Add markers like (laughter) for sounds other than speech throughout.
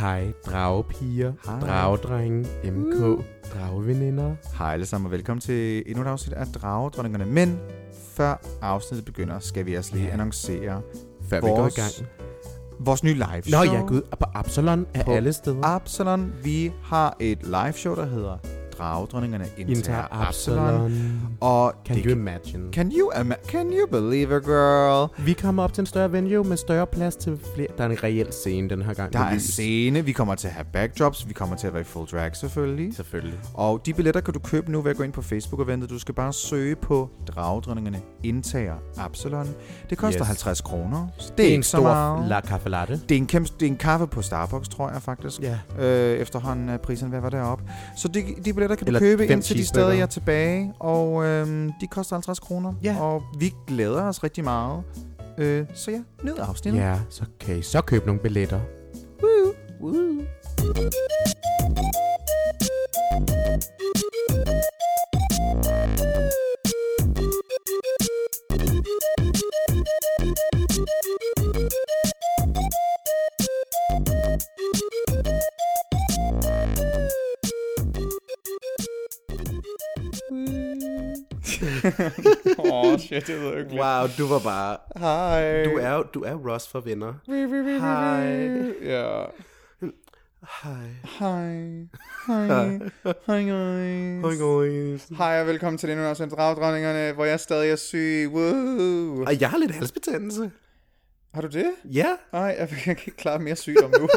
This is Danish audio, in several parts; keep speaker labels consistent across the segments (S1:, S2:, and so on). S1: Hej dragepiger,
S2: Hej.
S1: dragedrenge, MK, drageveninder.
S2: Hej alle sammen og velkommen til endnu et afsnit af Dragedronningerne. Men før afsnittet begynder, skal vi også lige
S1: Ja.
S2: annoncere
S1: Før vi går
S2: Vores
S1: i gang.
S2: vores nye live
S1: Nå
S2: show.
S1: ja, gud, og på Absalon er
S2: På
S1: alle steder.
S2: Absalon, vi har et live show, der hedder Dragedronningerne
S1: Inter
S2: Inter Absalon.
S1: Absalon.
S2: Og
S1: Can
S2: det
S1: you imagine?
S2: Can you, ima- can you believe it, girl?
S1: Vi kommer op til en større venue med større plads til flere. Der er en reel scene den her gang.
S2: Der
S1: med
S2: er en
S1: lys.
S2: scene, vi kommer til at have backdrops, vi kommer til at være i full drag selvfølgelig.
S1: Selvfølgelig.
S2: Og de billetter kan du købe nu ved at gå ind på Facebook-eventet. Du skal bare søge på Dragedronningerne Indtager Absalon. Det koster yes.
S1: Yes.
S2: 50 kroner. Så
S1: Det er en
S2: ikke så
S1: stor
S2: meget.
S1: la caffè latte.
S2: Det er, en kæmpe, det er en kaffe på Starbucks, tror jeg faktisk.
S1: Ja.
S2: Øh, efterhånden er prisen hvad var deroppe. Så de, de billetter kan
S1: Eller
S2: du købe,
S1: fem
S2: indtil de
S1: cheeseburgere.
S2: stadig er tilbage. Og øhm, de koster 50 kroner.
S1: Ja.
S2: Og vi glæder os rigtig meget. Øh, så ja, nyd afsnittet.
S1: Ja, så kan I så købe nogle billetter.
S2: Woo. Woo.
S3: Åh, oh, shit, det ved jeg ikke. lidt.
S1: Wow, du var bare...
S3: Hej.
S1: Du er, du er Ross for venner.
S3: Hej. Ja.
S1: Hej.
S3: Hej. Hej. Hej,
S1: Hej,
S3: guys.
S1: guys.
S3: Hej, og velkommen til endnu en afsnit af Dragdronningerne, hvor jeg stadig er syg. Woo.
S1: Og jeg har lidt halsbetændelse.
S3: Har du det?
S1: Ja.
S3: Nej, jeg, jeg kan ikke klare mere sygdom
S2: (laughs)
S3: nu.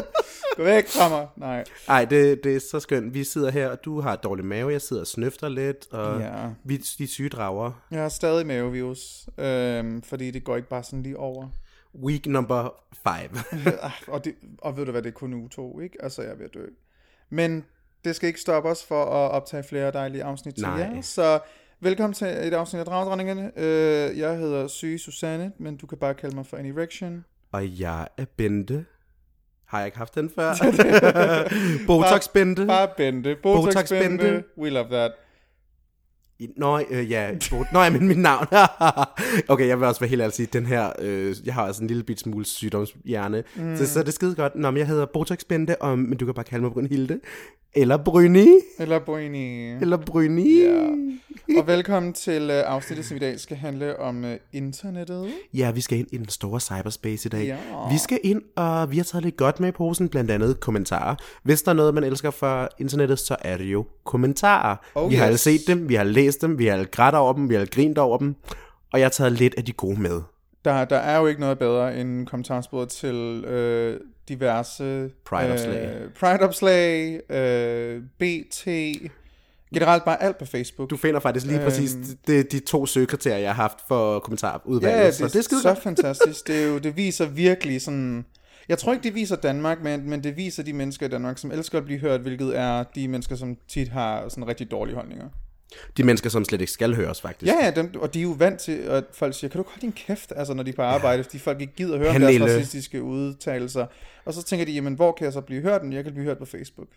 S3: Gå væk fra mig. Nej.
S1: Ej, det, det er så skønt. Vi sidder her, og du har dårlig mave. Jeg sidder og snøfter lidt, og ja.
S3: Ja.
S1: vi de syge drager.
S3: Jeg har stadig mavevirus, øhm, fordi det går ikke bare sådan lige over.
S1: Week number
S3: (laughs)
S1: five.
S3: Ah, og, det, og ved du hvad, det er kun uge to, ikke? Altså, jeg er ved at dø. Men det skal ikke stoppe os for at optage flere dejlige afsnit til
S1: Nej.
S3: jer. Så velkommen til et afsnit af Dragdronningerne. Øh, jeg hedder Syge Susanne, men du kan bare kalde mig for Annie Rection.
S1: og jeg er Bente. Har jeg ikke haft den
S3: (laughs)
S1: før? Botox Bente.
S3: Bare Bente. Botox,
S1: Botox
S3: Botox Bente.
S1: Bente.
S3: Bente. We love that.
S1: I- Nå, øh, ja. Bot- Nå, ja, men mit navn. (laughs) okay, jeg vil også være helt ærlig og sige, den her, øh, jeg har også en lille bit smule sygdomshjerne. Mm. Så, så det er skide godt. Nå, men jeg hedder Botox Bente, og, men du kan bare kalde mig Brynhilde. Eller Bryni.
S3: Eller Boini.
S1: Eller Bryni.
S3: Ja. Og velkommen til øh, afsnittet, som i dag skal handle om øh, internettet.
S1: Ja, vi skal ind i den store cyberspace i dag.
S3: Ja.
S1: Vi skal ind, og vi har taget lidt godt med i posen, blandt andet kommentarer. Hvis der er noget, man elsker fra internettet, så er det jo kommentarer.
S3: Oh,
S1: vi har
S3: yes.
S1: alle set dem, vi har læst dem, vi har alle grædt over dem, vi har alle grint over dem. Og jeg har taget lidt af de gode med.
S3: Der, der er jo ikke noget bedre end kommentarsporet til øh, diverse...
S1: Pride-opslag.
S3: Øh, Pride-opslag, øh, BT, generelt bare alt på Facebook.
S1: Du finder faktisk lige øhm. præcis de, de to søgekriterier, jeg har haft for kommentarudvalget.
S3: ja, det,
S1: så det er skide
S3: så
S1: godt. (laughs)
S3: fantastisk. Det, er jo, det viser virkelig sådan... Jeg tror ikke, det viser Danmark, men, men det viser de mennesker i Danmark, som elsker at blive hørt, hvilket er de mennesker, som tit har sådan rigtig dårlige holdninger.
S1: De mennesker, som slet ikke skal høres, faktisk.
S3: Ja, ja, dem, og de er jo vant til, at folk siger, kan du ikke holde din kæft, altså når de er på arbejde, fordi folk ikke gider høre om deres
S1: Pernille.
S3: racistiske udtalelser. Og så tænker de, jamen hvor kan jeg så blive hørt? Men jeg kan blive hørt på Facebook.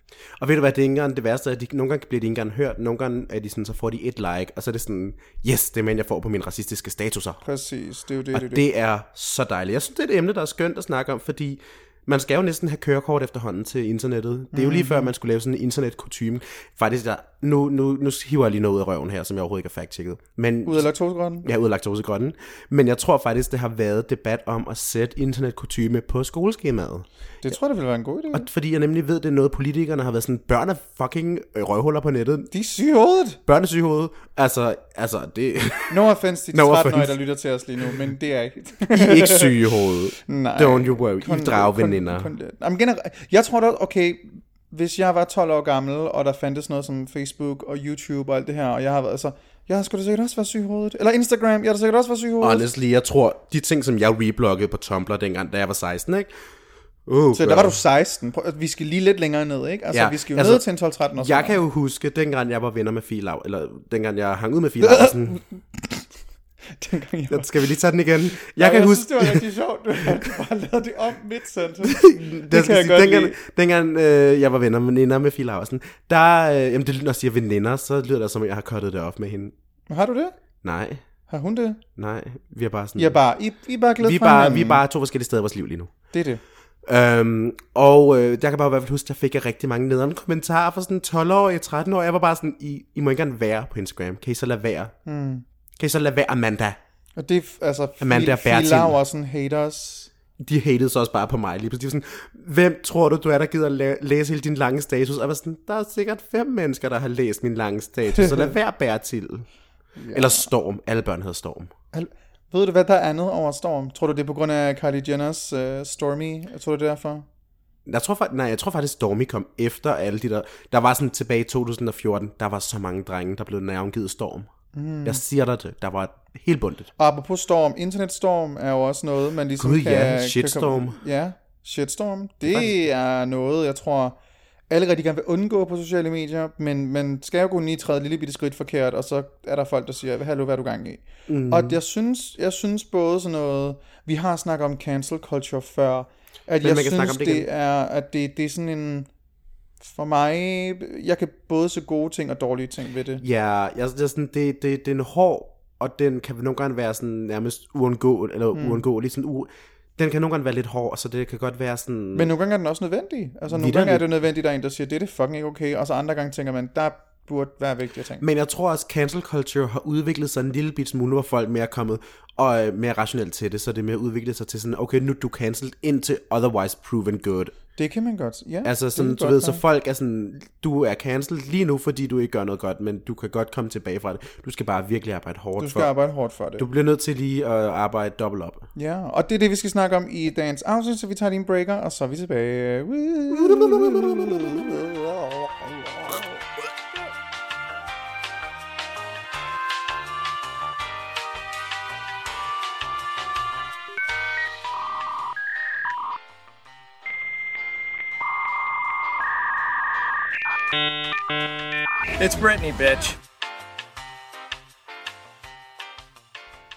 S1: Og ved du hvad, det er ikke engang det værste, er, at de, nogle gange bliver de ikke engang hørt, nogle gange er de sådan, så får de et like, og så er det sådan, yes, det er mand, jeg får på mine racistiske statuser.
S3: Præcis, det er jo det,
S1: Og
S3: det, er det.
S1: det er så dejligt. Jeg synes, det er et emne, der er skønt at snakke om, fordi man skal jo næsten have kørekort efterhånden til internettet. Det er jo lige før, man skulle lave sådan en internetkutume. Faktisk, der, nu, nu, nu hiver jeg lige noget ud af røven her, som jeg overhovedet ikke har fact-checket. Men,
S3: Ud af laktosegrønten?
S1: jeg har udlagt grønne. Men jeg tror faktisk, det har været debat om at sætte internetkutume på skoleskemaet.
S3: Det tror jeg, det ville være en god idé.
S1: Fordi jeg nemlig ved, det er noget, politikerne har været sådan, børn er fucking øh, røvhuller på nettet.
S3: De er syge i hovedet.
S1: Børn er syge i hovedet. Altså, altså det,
S3: No offense til de
S1: No
S3: 13-årige,
S1: offense.
S3: der lytter til os lige nu, men det er ikke.
S1: I er ikke syge i hovedet.
S3: (laughs) Nej.
S1: Don't you worry. I
S3: Kun-
S1: er drageveninder.
S3: kun- kun lidt. Jamen, gener- jeg tror da, okay, hvis jeg var 12 år gammel, og der fandtes noget som Facebook og YouTube og alt det her, og jeg har været så, jeg har sgu da sikkert også været syg i hovedet. Eller Instagram, jeg har da sikkert også været syg i hovedet.
S1: Honestly, jeg tror, de ting, som jeg rebloggede på Tumblr dengang, da jeg var 16, ikke? Uh,
S3: Så der var du 16. Prøv, at- vi skal lige lidt længere ned, ikke? Altså,
S1: Ja,
S3: ja, vi skal jo
S1: altså,
S3: altså, ned til en 12-13 år.
S1: Jeg kan jo huske, dengang jeg var venner med Filav, eller dengang jeg hang ud med
S3: (laughs)
S1: Filav, og sådan,
S3: (laughs) Dengang jeg,
S1: skal vi lige tage den igen? Jeg kan
S3: jeg
S1: huske,
S3: synes, det var rigtig
S1: (laughs)
S3: sjovt, at du bare lavede det om midt sentence. Det,
S1: jeg
S3: det
S1: skal
S3: kan jeg
S1: sige,
S3: godt
S1: dengang,
S3: lide.
S1: dengang øh, jeg var venner med, veninder med Filav, og sådan, der, øh, jamen det lyder, når jeg siger veninder, så lyder det, som om jeg har kottet det op med hende.
S3: Har du det?
S1: Nej,
S3: Har hun det?
S1: nej, vi er bare sådan...
S3: I er bare, I, I er bare glæde
S1: vi, er
S3: for
S1: bare,
S3: hinanden.
S1: vi er bare to forskellige steder i vores liv lige nu.
S3: Det er det.
S1: Øhm, og øh, der kan bare i hvert fald huske, der fik jeg rigtig mange nederen kommentarer fra sådan 12-årige, 13-årige. Jeg var bare sådan, I, I må ikke engang være på Instagram. Kan I så lade være? Mm. Kan I så lade være, Amanda?
S3: Og det er altså,
S1: Amanda
S3: Amanda
S1: Bertil.
S3: Filaversen haters.
S1: de hatede så også bare på mig lige pludselig. De var sådan, hvem tror du, du er, der gider la- læse hele din lange status? Og jeg var sådan, der er sikkert fem mennesker, der har læst min lange status, (laughs) så lad være bære til. Ja. Eller Storm. Alle børn hedder Storm.
S3: Al- Ved du, hvad der er andet over Storm? Tror du, det er på grund af Kylie Jenners uh, Stormy? Tror du, det er derfor?
S1: Jeg tror, fakt- nej, jeg tror faktisk, Stormy kom efter alle de der... Der var sådan tilbage i 2014, der var så mange drenge, der blev navngivet Storm. Mm. Jeg siger dig det. Der var helt bundet.
S3: Og apropos Storm, internetstorm er jo også noget, man ligesom
S1: Gud,
S3: kan...
S1: ja,
S3: kan-
S1: shitstorm.
S3: Kan, ja, shitstorm. Det er noget, jeg tror, alle rigtig gerne vil undgå på sociale medier, men man skal jo kun lige træde et lille bitte skridt forkert, og så er der folk, der siger, hallo, hvad er du gang i? Mm. Og jeg synes, jeg synes både sådan noget, vi har snakket om cancel culture før, at jeg
S1: man kan snakke
S3: synes,
S1: om det
S3: det,
S1: igen.
S3: det er, at det, det er sådan en, for mig, jeg kan både se gode ting og dårlige ting ved det.
S1: Ja, jeg, jeg, er sådan, det, det, det er en hård, og den kan nogle gange være sådan nærmest uundgåelig, eller mm. uundgåelig, sådan u... Den kan nogle gange være lidt hård, så det kan godt være sådan...
S3: Men nogle gange er den også nødvendig. Altså nogle
S1: Vitterligt.
S3: gange er det nødvendigt, at der er en, der siger, det er det fucking ikke okay, og så andre gange tænker man, der burde være vigtige ting.
S1: Men jeg tror også, cancel culture har udviklet sig en lille bit smule, hvor folk mere er kommet og øh, mere rationelt til det, så det er mere udviklet sig til sådan, okay, nu er du cancelled indtil otherwise proven good.
S3: Det kan man godt. Ja,
S1: Altså
S3: det
S1: sådan,
S3: er
S1: du
S3: godt
S1: ved, så
S3: nok.
S1: folk er sådan, du er cancelled lige nu, fordi du ikke gør noget godt, men du kan godt komme tilbage fra det. Du skal bare virkelig arbejde hårdt
S3: Du
S1: for.
S3: skal arbejde hårdt for det.
S1: Du bliver nødt til lige at arbejde dobbelt op.
S3: Ja, og det er det, vi skal snakke om i dagens afsnit, så vi tager lige en breaker, og så er vi tilbage.
S4: It's Brittany, bitch.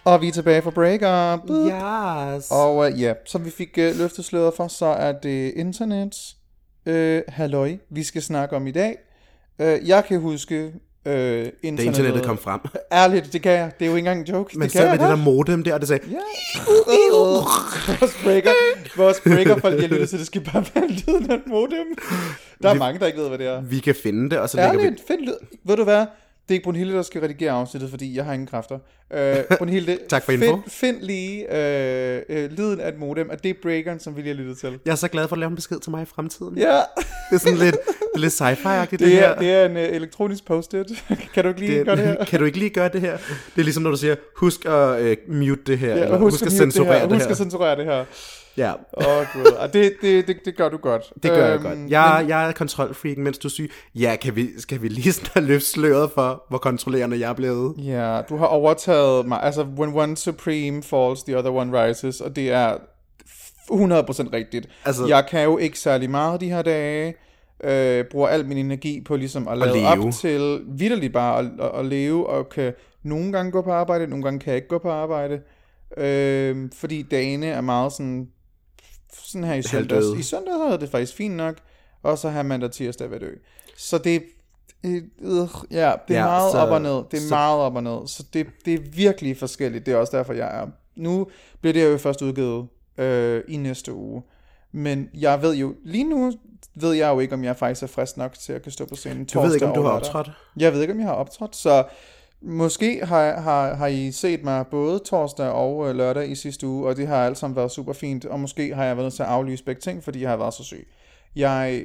S3: Og vi er tilbage fra breaker.
S1: Yes. Og
S3: Og øh, ja, som vi fik øh, løftet sløret for, så er det internet. Øh, halløj, vi skal snakke om i dag. Øh, jeg kan huske øh, internettet.
S1: da internettet kom frem.
S3: Ærligt, det kan jeg. Det er jo ikke engang en joke.
S1: Men
S3: det
S1: så
S3: kan
S1: med
S3: jeg
S1: det
S3: godt.
S1: der modem der, og det sagde,
S3: vores breaker, vores breaker folk, jeg lytter til, det skal bare være lyden af et modem. Der er mange, der ikke ved, hvad det er.
S1: vi kan finde det, og så lægger vi
S3: Ærligt, find lyd. Ved du hvad? Det er ikke Brunhilde, der skal redigere afsnittet, fordi jeg har ingen kræfter. Øh, (laughs) Brunhilde,
S1: Tak for
S3: find,
S1: info.
S3: find lige øh, øh, lyden af et modem, og det er breakeren, som vi lige har lyttet til.
S1: Jeg er så glad for at lave en besked til mig i fremtiden.
S3: Ja,
S1: Det er sådan lidt, det er lidt sci-fi-agtigt, det,
S3: det
S1: her.
S3: er, det er en øh, elektronisk post-it. (laughs) kan du ikke lige gøre det (laughs) her?
S1: kan du ikke lige gøre det her? Det er ligesom, når du siger, husk at øh, mute det her, ja, eller
S3: og
S1: husk, husk at
S3: mute det her,
S1: censurere
S3: og
S1: det
S3: Husk
S1: her.
S3: at censurere det her.
S1: Ja,
S3: Åh, oh, gud. Ah, Det, det, det, det gør du godt.
S1: det gør jeg
S3: Øhm,
S1: godt. Jeg, jeg er kontrolfreak, mens du er syg. Ja, kan vi, skal vi lige snart løfte sløret for, hvor kontrollerende jeg er blevet?
S3: Ja, du har overtaget mig. Altså, when one supreme falls, the other one rises, og det er 100% rigtigt.
S1: Altså-
S3: Altså, jeg kan jo ikke særlig meget de her dage. Øh, bruger al min energi på ligesom at lade
S1: leve.
S3: op til vidderligt bare at, at, at leve, og kan nogle gange gå på arbejde, nogle gange kan jeg ikke gå på arbejde. Øh, fordi dagene er meget sådan, sådan her i søndags.
S1: Halvdøde.
S3: I søndags havde det faktisk fint nok, og så har mandag og tirsdag været ø. Så det øh, øh, ja, det er
S1: Ja,
S3: ja, meget
S1: så-
S3: op og ned. Det er
S1: så-
S3: så, meget op og ned. Så det, det er virkelig forskelligt. Det er også derfor, jeg er... Nu bliver det her jo først udgivet øh, i næste uge. Men jeg ved jo... Lige nu ved jeg jo ikke, om jeg faktisk er frisk nok til at kan stå på
S1: Du
S3: scenen torsdag
S1: ved ikke, om
S3: og
S1: du har
S3: lørdag.
S1: optrådt?
S3: Jeg ved ikke, om jeg har optrådt, så måske har, har, har I set mig både torsdag og øh, lørdag i sidste uge, og det har alt sammen været super fint, og måske har jeg været nødt til at aflyse begge ting, fordi jeg har været så syg. Jeg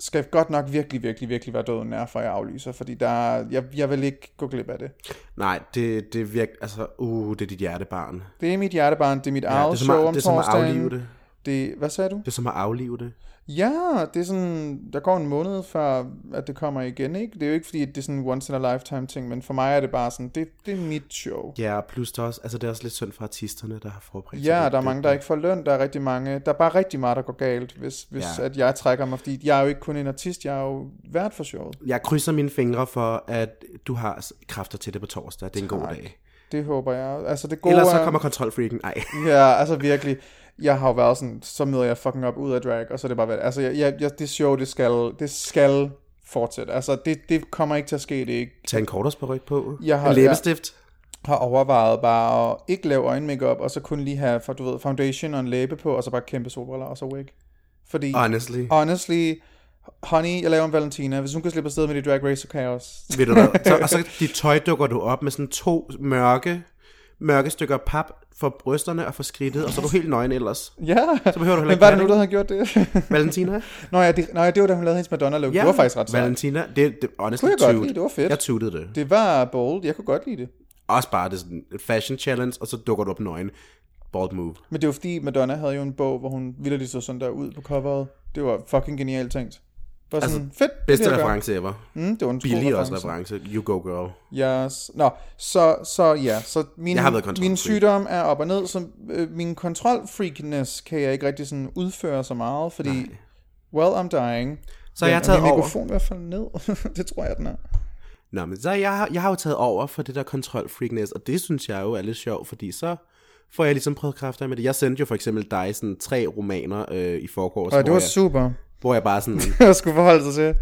S3: skal godt nok virkelig, virkelig, virkelig være døden nær, for jeg aflyser, fordi der, er- jeg, jeg vil ikke gå glip af det.
S1: Nej, det, det virker, altså, uh, det er dit hjertebarn. Ja,
S3: Det er mit hjertebarn, det er mit
S1: det
S3: eget
S1: er som,
S3: show
S1: at,
S3: om
S1: det er som at
S3: torsdagen.
S1: aflive det.
S3: det. Hvad sagde du?
S1: Det er som at aflive det.
S3: Ja, det er sådan, der går en måned før, at det kommer igen, ikke? Det er jo ikke fordi, at det er sådan en once in a lifetime ting, men for mig er det bare sådan, det, det er mit show.
S1: Ja, plus der er også, altså, det er også lidt synd for artisterne, der har forberedt sig
S3: Ja,
S1: lidt.
S3: der er mange, der ikke får løn. Der er rigtig mange. Der er bare rigtig meget, der går galt, hvis, hvis
S1: Ja.
S3: ja. at jeg trækker mig. Fordi jeg er jo ikke kun en artist, jeg er jo vært for showet.
S1: Jeg krydser mine fingre for, at du har s- kræfter til det på torsdag. Det er en god dag.
S3: Det håber jeg. Altså det gode
S1: Ellers så
S3: er-
S1: kommer kontrolfreaken. Nej.
S3: Ja, altså virkelig. Jeg har jo været sådan, så møder jeg fucking op ud af drag, og så er det bare, været- altså jeg, jeg, jeg, det show, det skal, det skal fortsætte. Altså det, det kommer ikke til at ske, det er ikke
S1: Tag en kortersperyg på.
S3: Jeg har-
S1: en læbestift.
S3: har overvejet bare at ikke lave øjenmakeup og så kun lige have for, du ved, foundation og en læbe på, og så bare kæmpe solbriller, og så wig. Fordi,
S1: Honestly.
S3: honestly, honey, jeg laver en Valentina. Hvis hun kan slippe afsted med de drag race, så kan jeg
S1: (laughs)
S3: også.
S1: Ved du hvad? Så, og så de tøj dukker du op med sådan to mørke, mørke stykker pap for brysterne og for skridtet, og så er du helt nøgen ellers.
S3: Ja, så
S1: behøver du heller
S3: men
S1: ikke
S3: var det nu,
S1: padding.
S3: der havde gjort det? (laughs)
S1: Valentina?
S3: Nå ja, det, nej, det var da hun lavede hendes Madonna-look. Ja, det var faktisk ret sejt.
S1: Valentina, det, det honestly,
S3: Kunne jeg godt
S1: toot.
S3: lide, det var fedt.
S1: Jeg tutede det. det.
S3: Det var bold, jeg kunne godt lide det.
S1: Også bare det er sådan et fashion challenge, og så dukker du op nøgen. Bold move.
S3: Men det var fordi Madonna havde jo en bog, hvor hun ville lige så sådan der ud på coveret. Det var fucking genialt tænkt. Bare sådan, altså, fedt. det
S1: Bedste
S3: vil jeg gøre.
S1: reference ever.
S3: Mm, det var en god
S1: Billig også reference. You go girl.
S3: Yes. Nå, så, så ja, så min,
S1: Jeg har været kontrolfreak.
S3: min sygdom er op og ned, så øh, min kontrolfreakness kan jeg ikke rigtig sådan udføre så meget, fordi, Nej. well, I'm dying.
S1: Så jeg har
S3: er
S1: taget
S3: min
S1: over.
S3: mikrofon i hvert fald ned, (laughs) det tror jeg, den er.
S1: Nå, men så jeg, har- jeg har jo taget over for det der kontrolfreakness, og det synes jeg jo er lidt sjovt, fordi så får jeg ligesom prøvet kræfter med det. Jeg sendte jo for eksempel dig sådan tre romaner øh, i forgårs,
S3: Og det
S1: hvor,
S3: var
S1: jeg,
S3: super, (laughs)
S1: hvor jeg bare sådan,
S3: jeg skulle forholde sig til.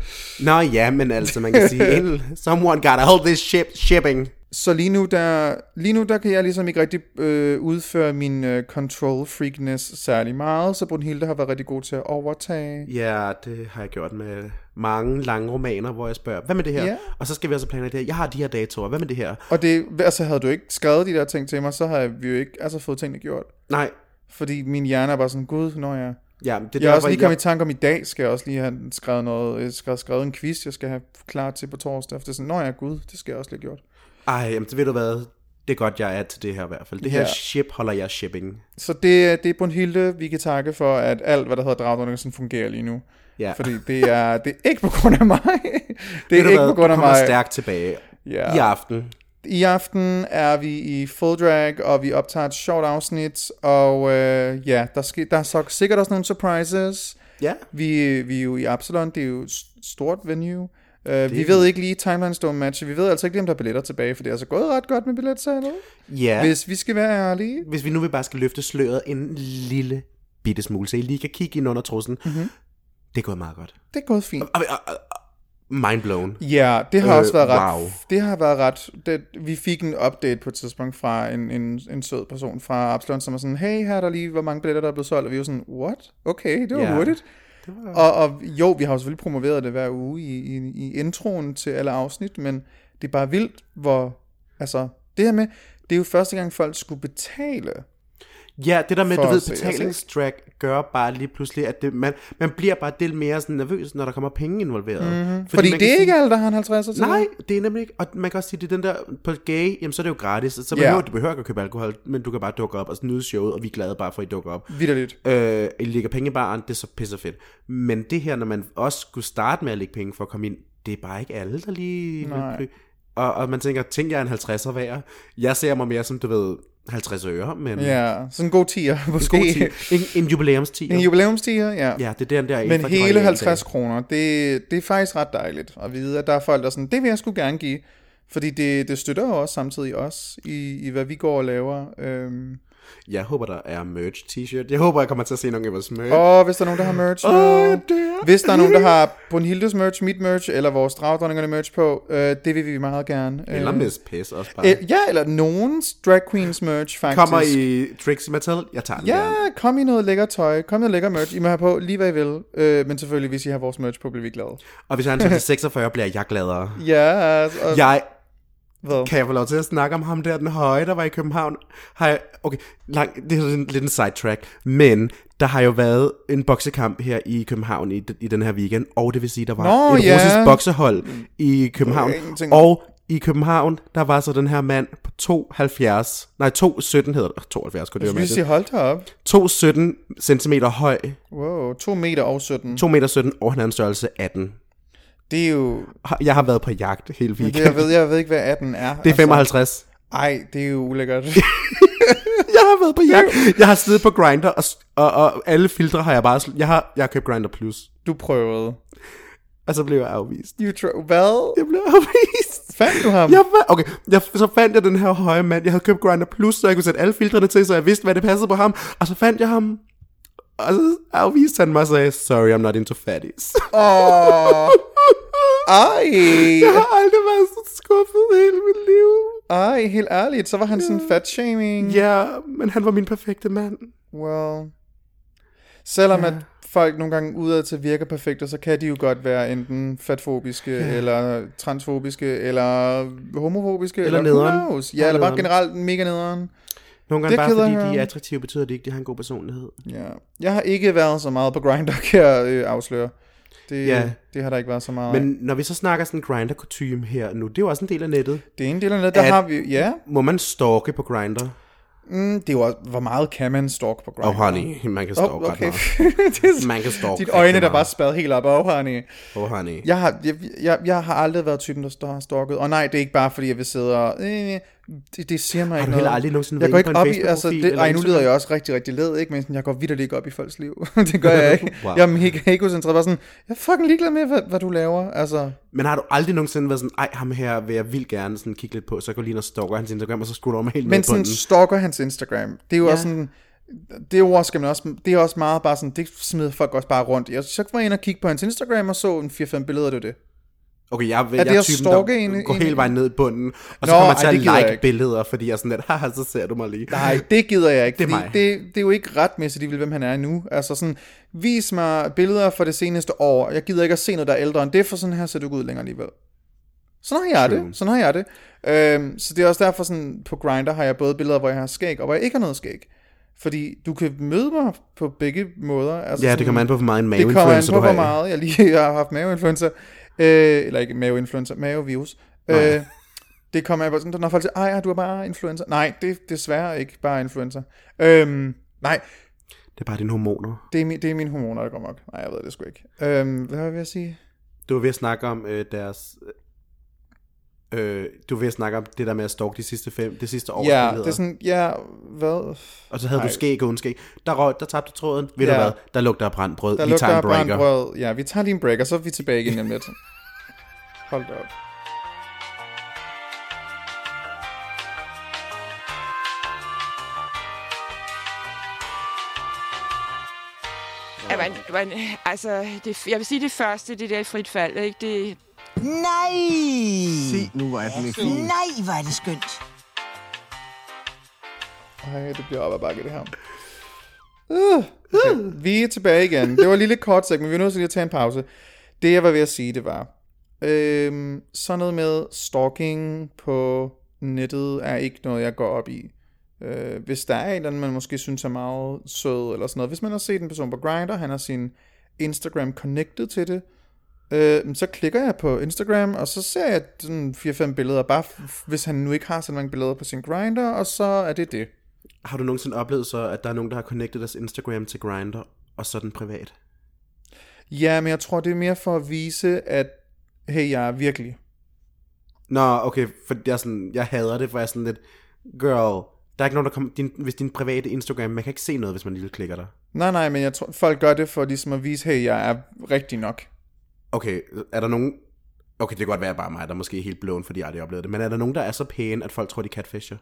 S1: Nå ja, men altså, man kan sige, "Hey, someone gotta hold this ship, shipping.
S3: Så lige nu, der, lige nu, der kan jeg ligesom ikke rigtig øh, udføre min øh, control freakness særlig meget, så Brunhilde har været rigtig god til at overtage.
S1: Ja, det har jeg gjort med mange lange romaner, hvor jeg spørger, hvad med det her?
S3: Ja.
S1: Og så skal vi altså planlægge det her. Jeg har de her datoer, hvad med det her?
S3: Og det, altså havde du ikke skrevet de der ting til mig, så havde vi jo ikke altså, fået tingene gjort.
S1: Nej,
S3: Fordi min hjerne er bare sådan, gud, når jeg...
S1: ja, det er
S3: Jeg er også
S1: hvor
S3: lige kommet i tanke om, i dag skal jeg også lige have skrevet noget, jeg skal have skrevet en quiz, jeg skal have klar til på torsdag. For det er sådan, når jeg gud, det skal jeg også lige have gjort.
S1: Ej, jamen, det ved du hvad, det er godt, jeg er til det her i hvert fald. Det her
S3: Ja.
S1: ship holder jeg shipping.
S3: Så det, det er Brunhilde, vi kan takke for, at alt, hvad der hedder dragdronningen, fungerer lige nu.
S1: Ja.
S3: Fordi det er, det er ikke på grund af mig.
S1: (laughs)
S3: Det
S1: Ved
S3: er
S1: du
S3: ikke
S1: hvad,
S3: på grund af
S1: du kommer
S3: mig.
S1: stærkt tilbage
S3: Ja.
S1: i aften.
S3: I aften er vi i full drag, og vi optager et sjovt afsnit, og øh, ja, der, sker, der er så sikkert også nogle surprises.
S1: Ja.
S3: Vi, vi er jo i Absalon, det er jo et s- stort venue. Uh, vi ved ikke lige timeline stone match. Vi ved altså ikke lige, om der er billetter tilbage, for det er altså gået ret godt med billetsalget.
S1: Ja,
S3: Ja.
S1: hvis,
S3: Hvis vi skal være ærlige.
S1: hvis vi nu vil bare skal løfte sløret en lille bitte smule, så I lige kan kigge ind under trussen.
S3: Mhm.
S1: Mm-hmm. Det er gået meget godt.
S3: Det er gået fint.
S1: Og- og- og- og- Mind blown.
S3: Ja, det har øh,
S1: Øh,
S3: også været ret.
S1: wow.
S3: Det har været ret. Det, vi fik en update på et tidspunkt fra en, en, en sød person fra Absalon, som var sådan, hey, her er der lige, hvor mange billetter, der er blevet solgt. Og vi var sådan, what? Okay, det var
S1: Ja.
S3: hurtigt. Og, og jo, vi har jo selvfølgelig promoveret det hver uge i, i, i introen til alle afsnit, men det er bare vildt, hvor... Altså, det her med, det er jo første gang, folk skulle betale.
S1: Ja, det der med,
S3: For
S1: du
S3: at
S1: ved,
S3: se os,
S1: betalingstrack gør bare lige pludselig, at det, man, man bliver bare del mere sådan nervøs, når der kommer penge involveret. Mm-hmm.
S3: Mhm. Fordi, fordi det er ikke alle, der har en 50'er til.
S1: Nej, det er nemlig ikke, og man kan også sige, det er den der, på gay, jamen så er det jo gratis, så
S3: Ja.
S1: behøver, yeah. du behøver ikke at købe alkohol, men du kan bare dukke op og nyde showet, og vi er glade bare for, at I dukker op.
S3: Vitterligt.
S1: Øh, I lægger penge i baren, det er så pisse fedt. Men det her, når man også skulle starte med at lægge penge for at komme ind, det er bare ikke alle, der lige...
S3: Nej.
S1: vil- Og, og man tænker, tænk jeg er en 50'er værd. Jeg ser mig mere som, du ved, 50 øre, men yeah.
S3: Ja, sådan en god tier. Måske.
S1: god tid. En, en jubilæumstiger.
S3: En jubilæumstier, ja.
S1: Ja, det er den der...
S3: Men
S1: fra de
S3: hele
S1: royale
S3: 50
S1: dage.
S3: kroner, det, det er faktisk ret dejligt at vide, at der er folk, der er sådan, det vil jeg sgu gerne give. Fordi det, det støtter jo også samtidig os i, i hvad vi går og laver. Øhm.
S1: Jeg håber, der er merch t-shirt. Jeg håber, jeg kommer til at se nogen af vores merch.
S3: Og hvis der er nogen, der har merch på,
S1: jeg dør.
S3: hvis der er nogen, der har Brunhildes merch, mit merch, eller vores dragdronningerne merch på, øh, det vil vi meget gerne. Øh,
S1: Eller Miss Piss også bare.
S3: øh, Ja, eller nogens drag queens merch, faktisk.
S1: Kommer i Trixie Mattel? Jeg tager den
S3: Ja,
S1: gerne.
S3: kom i noget lækker tøj, kom i noget lækker merch, I må have på lige hvad I vil, øh, men selvfølgelig, hvis I har vores merch på, bliver vi glade.
S1: Og hvis han
S3: (laughs)
S1: tager til 46, bliver jeg gladere.
S3: Ja, yes, og
S1: Jeg
S3: hvad?
S1: Kan jeg få lov til at snakke om ham der, den høje, der var i København? Har jeg, okay, lang, det er sådan lidt en sidetrack, men der har jo været en boksekamp her i København i, i den her weekend, og det vil sige, der var
S3: Nå,
S1: et
S3: ja.
S1: russisk boksehold i København.
S3: Det er ingenting.
S1: Og i København, der var så den her mand på 72, nej 217 hedder det, 72 kunne det
S3: Jeg
S1: jo være
S3: vil sige,
S1: det.
S3: hold da op.
S1: 217 cm høj,
S3: Wow, 2 meter og 17.
S1: 2 meter 17, og han er en størrelse 18.
S3: Det er
S1: (laughs)
S3: jo...
S1: Har- Jeg har været på jagt hele
S3: Det,
S1: weekenden.
S3: jeg, ved, jeg ved ikke, hvad 18 er. Altså,
S1: Det er 55.
S3: Ej, det er jo
S1: (laughs)
S3: ulækkert.
S1: Jeg har været på jagt. Jeg har siddet på Grinder og, og, og alle filtre har jeg bare... sl- Jeg har, jeg har købt Grinder Plus.
S3: Du prøvede.
S1: Og så blev jeg afvist.
S3: You try- hvad?
S1: Jeg blev afvist.
S3: Fandt du ham?
S1: Jeg var, okay, jeg, så fandt jeg den her høje mand. Jeg havde købt Grinder Plus, så jeg kunne sætte alle filtrene til, så jeg vidste, hvad det passede på ham. Og så fandt jeg ham. Og så afviste han mig og sagde, sorry, I'm not into fatties.
S3: Åh, ej.
S1: (laughs) Jeg har aldrig været så skuffet i hele mit liv.
S3: Ej, helt ærligt, så var han sådan fat-shaming.
S1: Ja, men han var min perfekte mand.
S3: Well... Selvom at folk nogle gange udad til virker perfekte, så kan de jo godt være enten fatfobiske, ja. eller transfobiske, eller homofobiske,
S1: Eller
S3: who
S1: nederen.
S3: knows?
S1: Bare
S3: Ja, eller bare
S1: nederen.
S3: generelt mega nederen.
S1: Nogle gange
S3: Det
S1: bare
S3: keder
S1: fordi
S3: jeg.
S1: de er attraktive, betyder det ikke, at de har en god personlighed.
S3: Ja. Jeg har ikke været så meget på Grindr, kan jeg øh, afsløre. Det,
S1: Ja.
S3: ja. det har der ikke været så meget.
S1: Men
S3: Men
S1: når vi så snakker sådan grinder kutume her nu, det er jo også en del af nettet.
S3: det ene del af det, der
S1: at-
S3: har vi... Ja,
S1: Må man stalke på grinder?
S3: mm, det er jo også, hvor meget kan man stalk på Grindr?
S1: Og oh, honey, man kan stalke
S3: oh,
S1: ret
S3: okay.
S1: meget.
S3: (laughs) det er,
S1: Man kan stalke
S3: dit
S1: rigtig
S3: øjne, der
S1: meget.
S3: bare spad helt op. Oh, honey.
S1: Oh, honey.
S3: Jeg har, jeg, jeg, jeg har aldrig været typen, der står- har stalket. Og nej, det er ikke bare, fordi jeg vil sidde og... Øh, det, det siger
S1: Har du
S3: mig ikke
S1: heller
S3: noget.
S1: aldrig nogensinde
S3: jeg
S1: været
S3: går
S1: inde
S3: ikke
S1: på en
S3: op i...
S1: Facebook-profil
S3: Altså, det,
S1: eller
S3: ej, nu lyder
S1: Instagram?
S3: jeg også rigtig, rigtig led, ikke? Men sådan, jeg går vidt ikke op i folks liv. (laughs) det gør jeg ikke.
S1: Wow.
S3: wow. Jeg er mega egocentreret. Bare sådan, jeg er fucking ligeglad med, hvad, hvad du laver. Altså,
S1: Men har du aldrig nogensinde været sådan, ej, ham her vil jeg vildt gerne sådan kigge lidt på, så jeg går lige ind og stalker hans Instagram, og så scroller man helt
S3: men
S1: ned på den.
S3: sådan stalker hans Instagram. Det er jo
S1: Ja.
S3: ja. også sådan... Det er jo også, skal man også, det er også meget bare sådan, det smider folk også bare rundt. Jeg så var jeg inde og kigge på hans Instagram og så en 4-5 billeder, det var det.
S1: Okay, jeg, er jeg
S3: det
S1: er
S3: at
S1: typen,
S3: stalke
S1: der
S3: en-
S1: går
S3: en-
S1: hele vejen ned i bunden, og Nå, så
S3: Nå,
S1: kommer
S3: ej,
S1: til at
S3: det gider jeg
S1: like
S3: ikke.
S1: billeder, fordi jeg er sådan lidt, (laughs) haha, så ser du mig lige.
S3: Nej, det gider jeg ikke.
S1: Det er
S3: Det
S1: mig.
S3: fordi det, det er jo ikke retmæssigt, alligevel, hvem han er nu. Altså sådan, vis mig billeder for det seneste år. Jeg gider ikke at se noget, der er ældre end det, for sådan her ser du ikke ud længere alligevel. Sådan har jeg det. Sådan har jeg det. Øhm, så det er også derfor, sådan, på Grindr har jeg både billeder, hvor jeg har skæg, og hvor jeg ikke har noget skæg. Fordi du kan møde mig på begge måder. Altså
S1: Ja,
S3: sådan,
S1: det kommer an på, hvor meget en
S3: det kommer an
S1: maveinfluencer
S3: på,
S1: du
S3: hvor
S1: har.
S3: meget jeg lige (laughs) jeg har haft maveinfluenza. Øh, eller ikke maveinfluenza, mavevirus.
S1: Nej.
S3: Øh, det kommer an på, sådan, når folk siger, ej, har du har bare influenza. Nej, det er desværre ikke bare influenza. Øhm, nej,
S1: Det er bare dine hormoner.
S3: det er, min, det er mine hormoner, der går nok. Nej, jeg ved det sgu ikke. Øhm, hvad vil jeg sige?
S1: Du var ved at snakke om øh, deres... Øh, du var ved at snakke om det der med at stalke de sidste fem, det sidste år.
S3: Ja, det er sådan, ja, hvad?
S1: og så havde Ej. du
S3: Nej.
S1: skæg og uden skæg. Der, røg, der tabte du tråden. Ved ja.
S3: Ja.
S1: du hvad? Der lugter af brændt brød.
S3: Der
S1: vi tager
S3: lugter
S1: en
S3: af
S1: breaker.
S3: brandbrød. Ja, vi tager lige en break, og så er vi tilbage igen om
S1: (laughs)
S3: lidt. Hold da op.
S5: Ja, man, man, altså, det, jeg vil sige det første, det der frit fald, ikke? Det,
S6: Nej!
S7: Se nu, hvor er den fin.
S6: Nej, hvor er det skønt.
S3: Ej, det bliver op ad bakke, det her. Uh, okay. Vi er tilbage igen. Det var lige lidt kort sagt, men vi er nødt til lige at tage en pause. Det, jeg var ved at sige, det var... Øhm, sådan noget med stalking på nettet er ikke noget, jeg går op i. Øh, hvis der er en, eller anden, man måske synes er meget sød, eller sådan noget. Hvis man har set en person på Grindr, han har sin Instagram connected til det, øh, så klikker jeg på Instagram, og så ser jeg sådan 4-5 billeder, bare f- hvis han nu ikke har så mange billeder på sin Grindr, og så er det det.
S1: Har du nogensinde oplevet så, at der er nogen, der har connectet deres Instagram til Grindr, og så er den privat?
S3: Ja, men jeg tror, det er mere for at vise, at hey, jeg er virkelig.
S1: Nå, okay, for jeg, er sådan, jeg hader det, for jeg er sådan lidt, girl, der er ikke nogen, der kommer, din, hvis din private Instagram, man kan ikke se noget, hvis man lige klikker der.
S3: Nej, nej, men jeg tror, folk gør det for ligesom at vise, hey, jeg er rigtig nok.
S1: Okay, er der nogen, okay, det kan godt være bare mig, der måske er helt blåen, fordi jeg aldrig oplevede det, men er der nogen, der er så pæne, at folk tror, de er catfisher?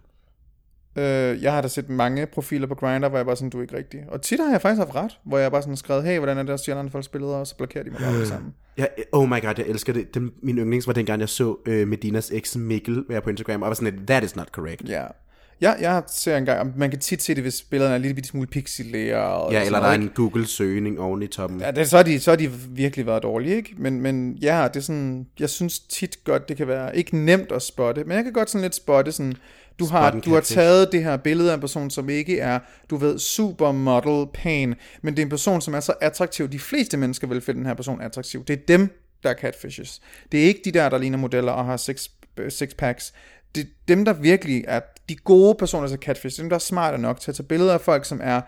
S3: Øh, jeg har da set mange profiler på Grindr, hvor jeg bare sådan, du er ikke rigtig. Og tit har jeg faktisk haft ret, hvor jeg bare sådan har skrevet, hey, hvordan er det, at stjæle andre folks billeder, og så blokerer de mig bare med det samme.
S1: Jeg, oh my god, jeg elsker det. Den, min yndlings var dengang, jeg så øh, Medinas eks Mikkel være på Instagram, og jeg var sådan lidt, that is not correct.
S3: Ja. Ja, jeg ser engang, man kan tit se det, hvis billederne er en lille smule pixeleret.
S1: Ja, eller der er en Google-søgning oven i toppen.
S3: Ja, det, så, har de, så har de virkelig været dårlige, ikke? Men, men ja, det er sådan, jeg synes tit godt, det kan være ikke nemt at spotte, men jeg kan godt sådan lidt spotte sådan, du har,
S1: Spotten
S3: du har
S1: catfish.
S3: taget det her billede af en person, som ikke er, du ved, supermodel pæn, men det er en person, som er så attraktiv. De fleste mennesker vil finde den her person attraktiv. Det er dem, der er catfishes. Det er ikke de der, der ligner modeller og har six, øh, six packs. Det er dem, der virkelig er de gode personer, der er catfish. Dem, der er smarte nok til at tage billeder af folk, som er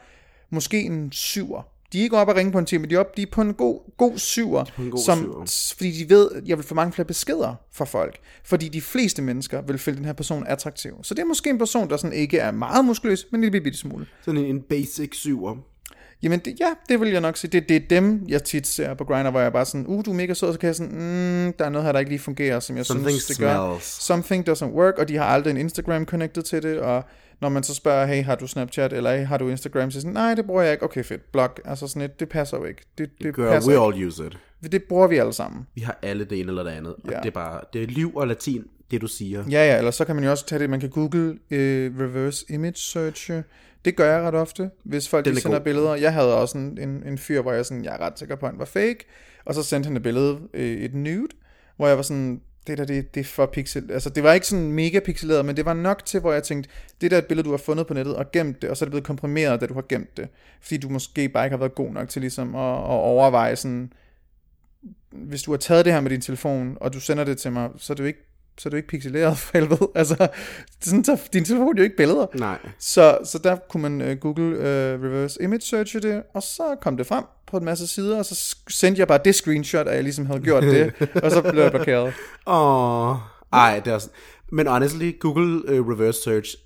S3: måske en syver. De er ikke oppe at ringe på en time, de er, oppe, de er på en god, god syver,
S1: en god
S3: som,
S1: syver.
S3: s- fordi de ved, at jeg vil få mange flere beskeder fra folk, fordi de fleste mennesker vil finde den her person attraktiv. Så det er måske en person, der sådan ikke er meget muskuløs, men en lille bitte smule.
S1: Sådan en, en basic syver.
S3: Jamen det, ja, det vil jeg nok sige. Det, det er dem, jeg tit ser på Grindr, hvor jeg bare sådan, uh, du er mega sød, og så kan jeg sådan, mm, der er noget her, der ikke lige fungerer, som jeg
S1: Something
S3: synes, det gør.
S1: smells.
S3: Something doesn't work, og de har aldrig en Instagram connected til det, og når man så spørger, hey, har du Snapchat, eller hey, har du Instagram, så er sådan, nej, det bruger jeg ikke. Okay, fedt, blok. Altså sådan et, det passer jo ikke. Det, det,
S1: Girl,
S3: passer
S1: we
S3: ikke.
S1: all use it.
S3: Det bruger vi alle sammen.
S1: Vi har alle det ene eller det andet. Og
S3: Ja.
S1: det er bare, det er liv og latin det, du siger.
S3: Ja, ja, eller så kan man jo også tage det, man kan google øh, reverse image search. Det gør jeg ret ofte, hvis folk
S1: Den
S3: de
S1: er
S3: sender
S1: god.
S3: billeder. Jeg havde også en, en, en fyr, hvor jeg sådan, jeg er ret sikker på, at han var fake, og så sendte han et billede, øh, et nude, hvor jeg var sådan, det der, det, det er for pixel. Altså, det var ikke sådan mega pixeleret, men det var nok til, hvor jeg tænkte, det der er et billede, du har fundet på nettet og gemt det, og så er det blevet komprimeret, da du har gemt det. Fordi du måske bare ikke har været god nok til ligesom at, at overveje sådan, hvis du har taget det her med din telefon, og du sender det til mig, så er det jo ikke, så er det jo ikke pixeleret (laughs) for helvede. Altså, sådan tager din telefon jo ikke billeder.
S1: Nej.
S3: Så, så der kunne man øh, google øh, reverse image searche det, og så kom det frem på en masse sider, og så sk- sendte jeg bare det screenshot, at jeg ligesom havde gjort
S1: (laughs)
S3: det, og så blev jeg blokeret.
S1: Åh, ej, det er også... Men honestly, Google øh, Reverse Search,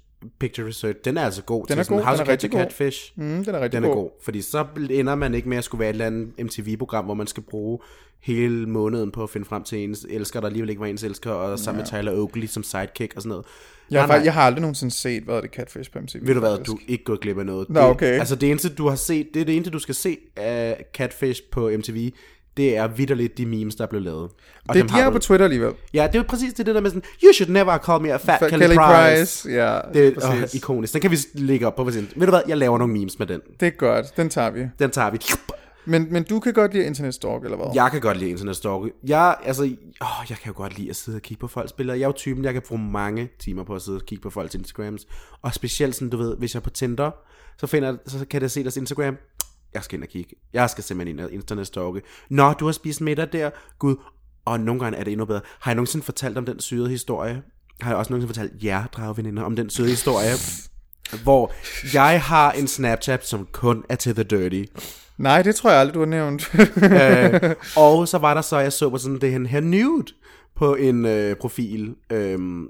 S1: Picture Research, den er altså god. Den
S3: er god,
S1: How
S3: den
S1: to
S3: er
S1: Catch
S3: rigtig
S1: a
S3: god.
S1: Catfish.
S3: Mm, den er rigtig
S1: Den er god, fordi så ender man ikke med at skulle være et eller andet MTV-program, hvor man skal bruge hele måneden på at finde frem til ens elsker, der alligevel ikke var ens elsker, og sammen med Tyler Oakley som sidekick og sådan noget.
S3: Jeg, har,
S1: Nej,
S3: fakt- jeg har aldrig nogensinde set, hvad er det Catfish på MTV.
S1: Ved du hvad,
S3: faktisk.
S1: du er ikke gået glip af noget.
S3: Nå,
S1: Det-
S3: okay.
S1: Altså det eneste, du har set, det er det eneste, du skal se af Catfish på MTV, det er vidderligt de memes, der blev lavet. Og
S3: Det
S1: dem
S3: er de
S1: har
S3: her
S1: du-
S3: på Twitter alligevel.
S1: Ja, det er jo præcis det, det der med sådan, you should never call me a fat,
S3: Fat
S1: Kelly,
S3: Kelly
S1: Price.
S3: Price, ja,
S1: det er
S3: præcis.
S1: øh, ikonisk. Den kan vi lægge op på. Ved du hvad, jeg laver nogle memes med den.
S3: Det er godt, den tager vi.
S1: Den tager vi.
S3: Men, men du kan godt lide internetstalk, eller hvad?
S1: Jeg kan godt lide internetstalke. Jeg, altså, åh, jeg kan jo godt lide at sidde og kigge på folks billeder. Jeg er jo typen, jeg kan bruge mange timer på at sidde og kigge på folks Instagrams. Og specielt sådan, du ved, hvis jeg er på Tinder, så, finder, jeg- så kan jeg se deres Instagram. Jeg skal ind og kigge. Jeg skal simpelthen ind og internetstalke. Nå, du har spist middag der. Gud, og nogle gange er det endnu bedre. Har jeg nogensinde fortalt om den syrede historie? Har jeg også nogensinde fortalt jer, drageveninder, om den søde historie? hvor jeg har en Snapchat, som kun er til The Dirty.
S3: Nej, det tror jeg aldrig, du har nævnt.
S1: Øh, og så var der så, jeg så på sådan det her, her nude på en øh, profil. Øhm,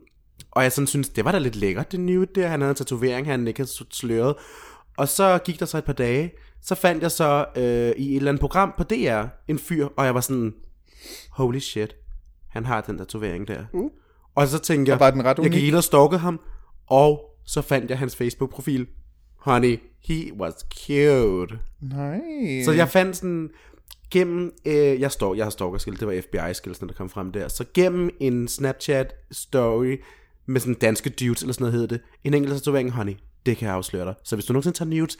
S1: og jeg sådan synes, det var da lidt lækkert, det nude der. Han havde en tatovering, han ikke havde sløret. Og så gik der så et par dage, så fandt jeg så øh, i et eller andet program på DR en fyr, og jeg var sådan, holy shit, han har den tatovering der. Mm. Og så tænkte jeg,
S3: Uh. var den ret
S1: jeg gik
S3: unik?
S1: ind og stalkede ham, og så fandt jeg hans Facebook-profil. Honey, he was cute.
S3: Nej.
S1: Så jeg fandt sådan gennem, øh, jeg står, jeg har stalkerskilt, det var FBI-skilsen, der kom frem der, så gennem en Snapchat-story med sådan danske dudes, eller sådan noget hed det, en enkelt tatovering, honey, det kan jeg afsløre dig. Så hvis du nogensinde tager nudes,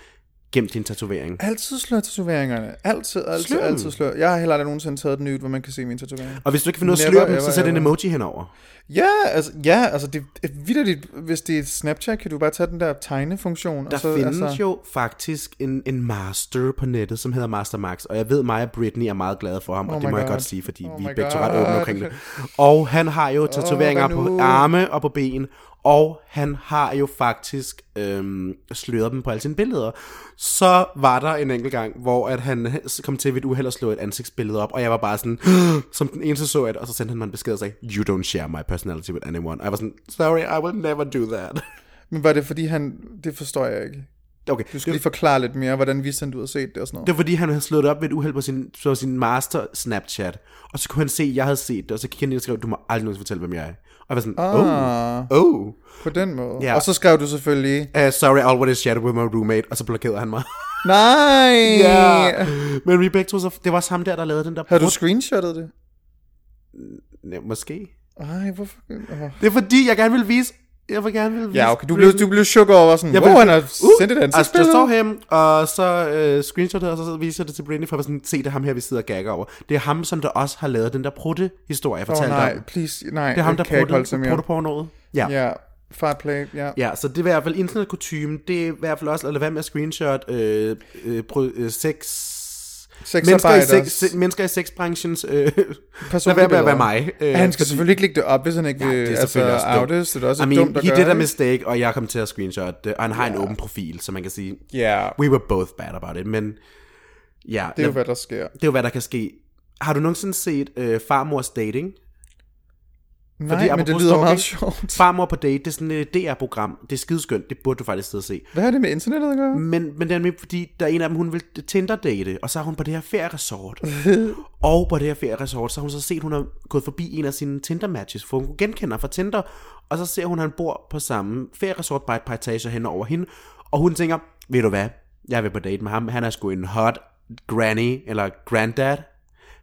S1: gem din tatovering.
S3: Altid slør tatoveringerne. Altid, altid,
S1: Slør
S3: slør.
S1: dem.
S3: altid slør. Jeg har heller aldrig nogensinde taget den nyt, hvor man kan se mine tatoveringer.
S1: Og hvis du ikke kan finde ud af at
S3: Never,
S1: sløre dem, så
S3: ever,
S1: sæt en
S3: ever.
S1: emoji henover.
S3: Ja, altså, ja, altså det er vidderligt. Hvis det er Snapchat, kan du bare tage den der tegnefunktion.
S1: Der så, findes altså... jo faktisk en, en master på nettet, som hedder Master Max, og jeg ved, mig og Britney er meget glade for ham, oh og det må
S3: my
S1: God. jeg
S3: God.
S1: godt sige, fordi
S3: Oh
S1: oh vi er
S3: my
S1: begge to ret
S3: God.
S1: åbne omkring det. Og han har jo tatoveringer oh,
S3: hvad nu?
S1: på arme og på ben, og han har jo faktisk øhm, sløret dem på alle sine billeder. Så var der en enkelt gang, hvor at han kom til ved et uheld at slå et ansigtsbillede op, og jeg var bare sådan, (gasps) som den eneste så et, og så sendte han mig en besked og sagde, you don't share my personality with anyone. Og jeg var sådan, sorry, I will never do that. (laughs)
S3: Men var det fordi han... Det forstår jeg ikke.
S1: Okay,
S3: Du skal lige forklare lidt mere, hvordan vidste han, du havde set det og sådan noget.
S1: Det var fordi, han havde slået det op ved et uheld på sin, på sin master Snapchat. Og så kunne han se, at jeg havde set det, og så kiggede han ind og skrev, du må aldrig nogensinde fortælle, hvem jeg er. Og jeg var sådan,
S3: Ah.
S1: oh, oh.
S3: På den måde.
S1: Ja.
S3: Og så skrev du selvfølgelig...
S1: Uh, sorry, I already shared with my roommate. Og så blokerede han mig.
S3: Nej!
S1: (laughs) Men vi begge to, så, det var også ham der, der lavede den der...
S3: Har du screenshotet det?
S1: Ja, måske.
S3: Ej, hvorfor... Oh.
S1: Det er fordi, jeg gerne ville vise... Jeg vil gerne ville vise...
S3: Ja, okay, du blev, du blev chok over sådan, hvor han har sendt
S1: Altså,
S3: et
S1: jeg
S3: ansigtsbillede.
S1: så ham, og så øh, screenshotet, og så, så viser jeg det til Britney, for at sådan, se det er ham her, vi sidder og gagger over. Det er ham, som der også har lavet den der prutte-historie, jeg
S3: Åh,
S1: fortalte
S3: nej,
S1: om.
S3: please, nej.
S1: Det er ham, der
S3: kan jeg ikke holde sig
S1: prøvede
S3: mere.
S1: protopornoet. Ja. ja.
S3: Ja, fart play, ja.
S1: Ja, så det er i hvert fald internetkutumen, det er i hvert fald også at lade være med at screenshot øh, øh, prø- øh, sex... Mennesker i,
S3: Sexarbejders-
S1: sex, se, mennesker i sexbranchens... Øh, lad
S3: Personlige
S1: være med at være
S3: billeder.
S1: mig. Øh,
S3: han skal selvfølgelig ikke lægge det op, hvis han ikke vil
S1: det er
S3: altså,
S1: selvfølgelig også dumt.
S3: outes. Det er også
S1: I mean,
S3: dumt at
S1: he
S3: gøre.
S1: did a
S3: ikke?
S1: mistake, og jeg kom til at screenshot det, og han har en åben profil, så man kan sige,
S3: Ja,
S1: we were both bad about it, men ja,
S3: det er jo,
S1: lad-
S3: hvad der sker.
S1: det er jo, hvad der kan ske. Har du nogensinde set øh, Farmors Dating?
S3: Nej,
S1: Fordi
S3: men det
S1: apropos
S3: lyder
S1: stalking,
S3: meget sjovt.
S1: Farmor på Date, det er sådan et DR-program. Det er skideskønt, det burde du faktisk sidde og se.
S3: Hvad har det med internettet at gøre?
S1: Men, men det er nemlig, fordi der er en af dem, hun vil Tinder-date, og så er hun på det her ferieresort. og på det her ferieresort, så har hun så set, hun har gået forbi en af sine Tinder-matches, for hun genkender fra Tinder, og så ser hun, at han bor på samme ferieresort, bare et par etager hen over hende, og hun tænker, ved du hvad, jeg vil på date med ham, han er sgu en hot granny, eller granddad,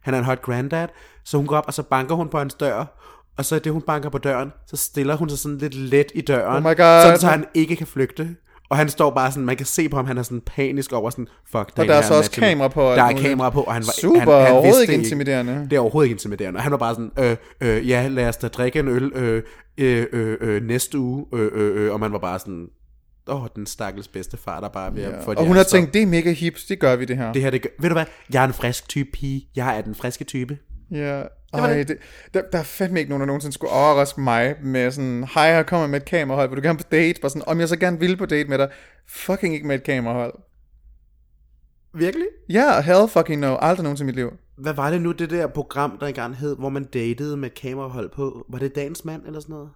S1: han er en hot granddad, så hun går op, og så banker hun på hans dør, Og så er det, hun banker på døren, så stiller hun sig sådan lidt let i døren,
S3: Oh my God.
S1: sådan så han ikke kan flygte. Og han står bare sådan, man kan se på ham, han er sådan panisk over sådan, fuck,
S3: Og
S1: er
S3: der er
S1: en
S3: så også
S1: match-
S3: kamera på, og alt
S1: Der er
S3: muligt.
S1: kamera på, og han var
S3: Super,
S1: han, han
S3: overhovedet
S1: vidste
S3: ikke
S1: det
S3: intimiderende.
S1: Det er overhovedet ikke intimiderende. Og Han var bare sådan, øh, øh, ja, lad os da drikke en øl øh, øh, øh, øh, næste uge. Øh, øh, øh. Og man var bare sådan, åh, den stakkels bedste far, der bare er ved ja.
S3: Og hun har tænkt, det er mega hips, det gør vi det her.
S1: det her, det gør, ved du hvad, jeg er en frisk type pige, jeg er den friske type.
S3: Ja. Ej, det, der, der er fandme ikke nogen, der nogensinde skulle overraske mig med sådan, hej, her kommer med et kamerahold, vil du gerne på date? Bare sådan, om jeg så gerne vil på date med dig, fucking ikke med et kamerahold.
S1: Virkelig?
S3: Ja, yeah, hell fucking no, aldrig nogensinde i mit liv.
S1: Hvad var det nu, det der program, der engang hed, hvor man datede med kamerahold på? Var det Dagens Mand eller sådan noget?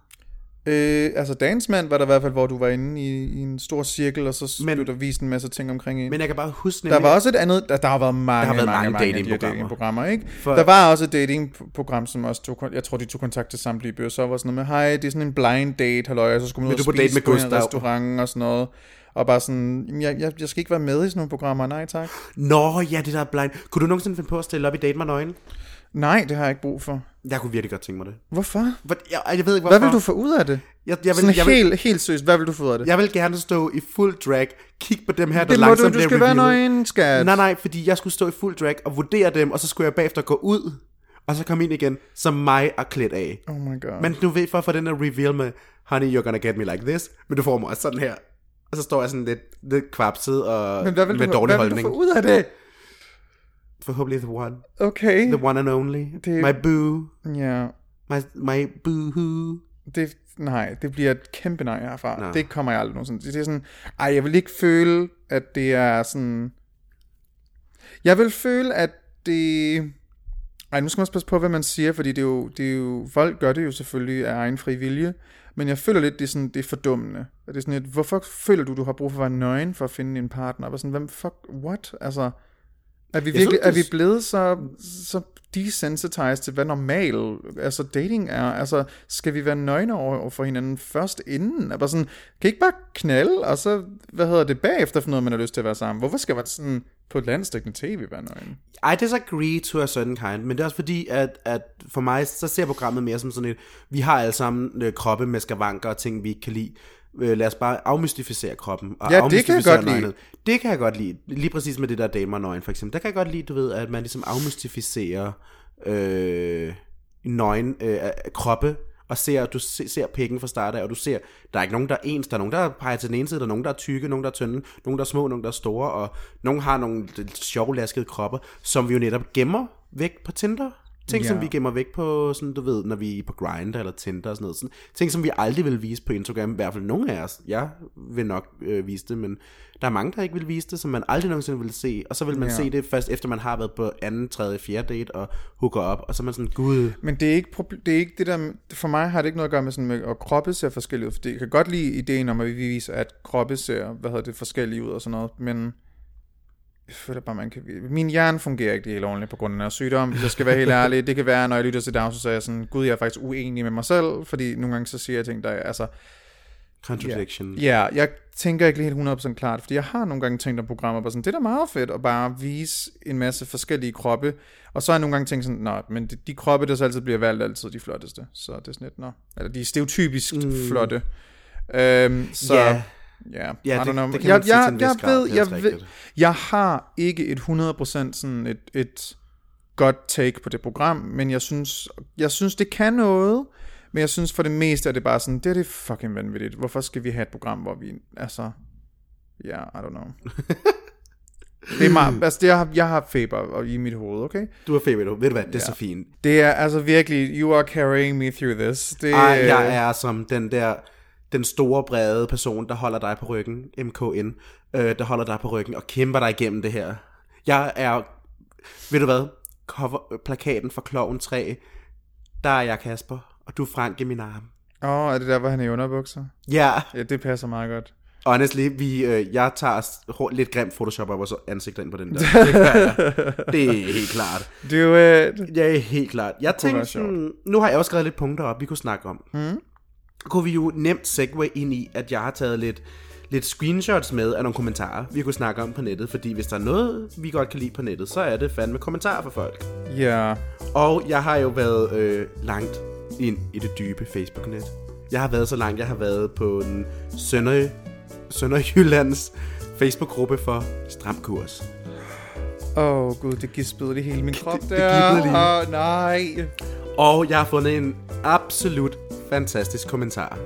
S3: Øh, altså Dagens Mand var der i hvert fald, hvor du var inde i, i en stor cirkel, og så
S1: Men-
S3: men, blev der vist en masse ting omkring en.
S1: Men jeg kan bare huske
S3: der
S1: nemlig,
S3: var også et andet, der, der har været mange,
S1: Der har været
S3: mange,
S1: mange
S3: mange af de her
S1: datingprogrammer.
S3: datingprogrammer, ikke?
S1: For-
S3: For... Der var også et datingprogram, som også tog, kon- jeg tror, de tog kontakt til samtlige bøger, så var sådan noget med, hej, det er sådan en blind date, halløj, og så skulle man ud
S1: Vil
S3: og
S1: du på date
S3: spise
S1: med
S3: på en
S1: Gustav?
S3: restaurant og sådan noget. Og bare sådan, "Jamen, jeg, jeg, jeg skal ikke være med i sådan nogle programmer, nej tak.
S1: Nå ja, det der er blind. Kunne du nogensinde finde på at stille op i Date mig nøgen?
S3: Nej, det har jeg ikke brug for.
S1: Jeg kunne virkelig godt tænke mig det.
S3: Hvorfor?
S1: For jeg, jeg ved ikke, hvorfor.
S3: Hvad vil du få ud af det?
S1: Jeg, jeg,
S3: sådan
S1: vil, jeg, vil,
S3: helt, helt seriøst, hvad vil du få ud af det?
S1: jeg vil gerne stå i fuld drag, kigge på dem her, der
S3: det må du,
S1: langsomt
S3: du
S1: bliver
S3: skal være
S1: revealet.
S3: nøgen, skat.
S1: Nej, nej, fordi jeg skulle stå i fuld drag og vurdere dem, og så skulle jeg bagefter gå ud, og så komme ind igen, som mig og klædt af.
S3: Oh my god.
S1: Men du ved, for at få den der reveal med, honey, you're gonna get me like this, men du får mig også sådan her. Og så står jeg sådan lidt, lidt kvapset og
S3: Men hvad vil,
S1: med
S3: du,
S1: dårlig
S3: hvad vil
S1: holdning.
S3: du få ud af det?
S1: Forhåbentlig the one.
S3: Okay.
S1: The one and only.
S3: Det-
S1: My boo.
S3: Ja.
S1: My, my boo-hoo.
S3: det, nej, det bliver et kæmpe nej herfra.
S1: Nå.
S3: Nej. Det kommer jeg aldrig nogensinde. til. Det er sådan, ej, jeg vil ikke føle, at det er sådan... Jeg vil føle, at det... Ej, nu skal man også passe på, hvad man siger, fordi det er jo, det er jo, folk gør det jo selvfølgelig af egen fri vilje, men jeg føler lidt, det er, sådan, det er fordummende. Og Det er sådan lidt, hvorfor føler du, du har brug for at være nøgen for at finde en partner? Og sådan, hvem fuck, what? Altså, er vi virkelig,
S1: synes,
S3: synes, er
S1: det-
S3: vi blevet så, så desensitized til, hvad normal altså dating er? Altså, skal vi være nøgne over, over for hinanden først inden? Er bare sådan, kan I ikke bare knalde, og så, hvad hedder det, bagefter for noget, man har lyst til at være sammen? Hvorfor skal man sådan på et landstækkende tv være nøgen?
S1: I disagree to a certain kind, men det er også fordi, at, at for mig, så ser programmet mere som sådan et, vi har alle sammen øh, kroppe med skavanker og ting, vi ikke kan lide. Øh, lad os bare afmystificere kroppen. Og
S3: Ja, det kan jeg
S1: afmystificere
S3: godt lide.
S1: nøgenhed. Det kan jeg godt lide. Lige præcis med det der damer nøgen, for eksempel. Der kan jeg godt lide, du ved, at man ligesom afmystificerer øh, nøgen øh, af- kroppe, og ser, du se- ser pikken fra start af, og du ser, der er ikke nogen, der er ens, der er nogen, der peger til den ene side, der er nogen, der er tykke, nogen, der er tynde, nogen, der er små, nogen, der er store, og nogen har nogle øh, lidt sjovlaskede kroppe, som vi jo netop gemmer væk på Tinder. Ting, ja. som
S3: Ja.
S1: vi gemmer væk på, sådan, du ved, når vi er på Grindr eller Tinder og sådan noget. Sådan, ting, som vi aldrig vil vise på Instagram, i hvert fald nogen af os. Jeg vil nok øh, vise det, men der er mange, der ikke vil vise det, som man aldrig nogensinde vil se. Og så vil man ja. se det først, efter man har været på anden, tredje, fjerde date og hooker op. Og så er man sådan, gud,
S3: Men det er ikke, proble- det er ikke det der, for mig har det ikke noget at gøre med, sådan med at kroppe ser forskellige ud, fordi jeg kan godt lide ideen om, at vi viser, at kroppe ser, hvad hedder det, forskellige ud og sådan noget, men jeg føler bare, man kan... Min hjerne fungerer ikke helt ordentligt på grund af den her sygdom, hvis jeg skal være helt ærlig. Det kan være, når jeg lytter til dag, så er jeg sådan, gud, jeg er faktisk uenig med mig selv, fordi nogle gange så siger jeg ting, der er, altså,
S1: contradiction. Yeah.
S3: Ja, jeg tænker ikke lige helt 100% klart, fordi jeg har nogle gange tænkt om programmer, bare sådan, det er da meget fedt at bare vise en masse forskellige kroppe, og så har jeg nogle gange tænkt sådan, nej, men de, de kroppe, der så altid bliver valgt, er altid de flotteste, så det er sådan lidt, nå, eller de er stereotypisk mm. flotte. Øhm, så,
S1: Ja.
S3: ja, ja
S1: Ja,
S3: I
S1: det-
S3: don't know.
S1: det kan man sige
S3: jeg,
S1: til
S3: jeg,
S1: en vis
S3: jeg,
S1: grad,
S3: ved,
S1: det er
S3: jeg
S1: også
S3: ved,
S1: rigtigt.
S3: jeg har ikke et 100% sådan et, et godt take på det program, men jeg synes, jeg synes, det kan noget, men jeg synes for det meste, at det bare sådan, det er det er fucking vanvittigt. Hvorfor skal vi have et program, hvor vi, altså, ja, yeah, I don't
S1: (laughs)
S3: know. det er meget, altså, det, jeg, har, jeg har feber og- i mit hoved, okay?
S1: Du er fedt, ved du Ved du hvad, det er yeah. så fint.
S3: Det er altså virkelig, you are carrying me through this. Det,
S1: Ej,
S3: Øh.
S1: jeg er som den der, den store brede person, der holder dig på ryggen, MKN, øh, der holder dig på ryggen og kæmper dig igennem det her. Jeg er, ved du hvad, cover, øh, plakaten for Kloven 3, der er jeg Kasper, og du er Frank i min arm.
S3: Åh, oh, er det der, hvor han er i underbukser?
S1: Ja, yeah.
S3: Ja, det passer meget godt.
S1: honestly, vi, øh, jeg tager s- hår, lidt grimt Photoshop af vores ansigter ind på den der. Det, gør jeg. det er helt klart.
S3: Do it.
S1: Ja, helt klart. Jeg tænkte,
S3: være
S1: sådan, nu har jeg også skrevet lidt punkter op, vi kunne snakke om. Mm. Kunne vi jo nemt segue ind i, at jeg har taget lidt, lidt screenshots med af nogle kommentarer, vi kunne snakke om på nettet. Fordi hvis der er noget, vi godt kan lide på nettet, så er det fandme kommentarer fra folk.
S3: Ja, yeah.
S1: Og jeg har jo været øh, langt ind i det dybe Facebook-net. Jeg har været så langt, jeg har været på den Sønder, Sønderjyllands Facebook-gruppe for Stram Kurs.
S3: Åh oh, gud, det gispede det hele min krop det,
S1: det gispede lige.
S3: Åh oh, nej.
S1: Og jeg har fundet en absolut fantastisk kommentar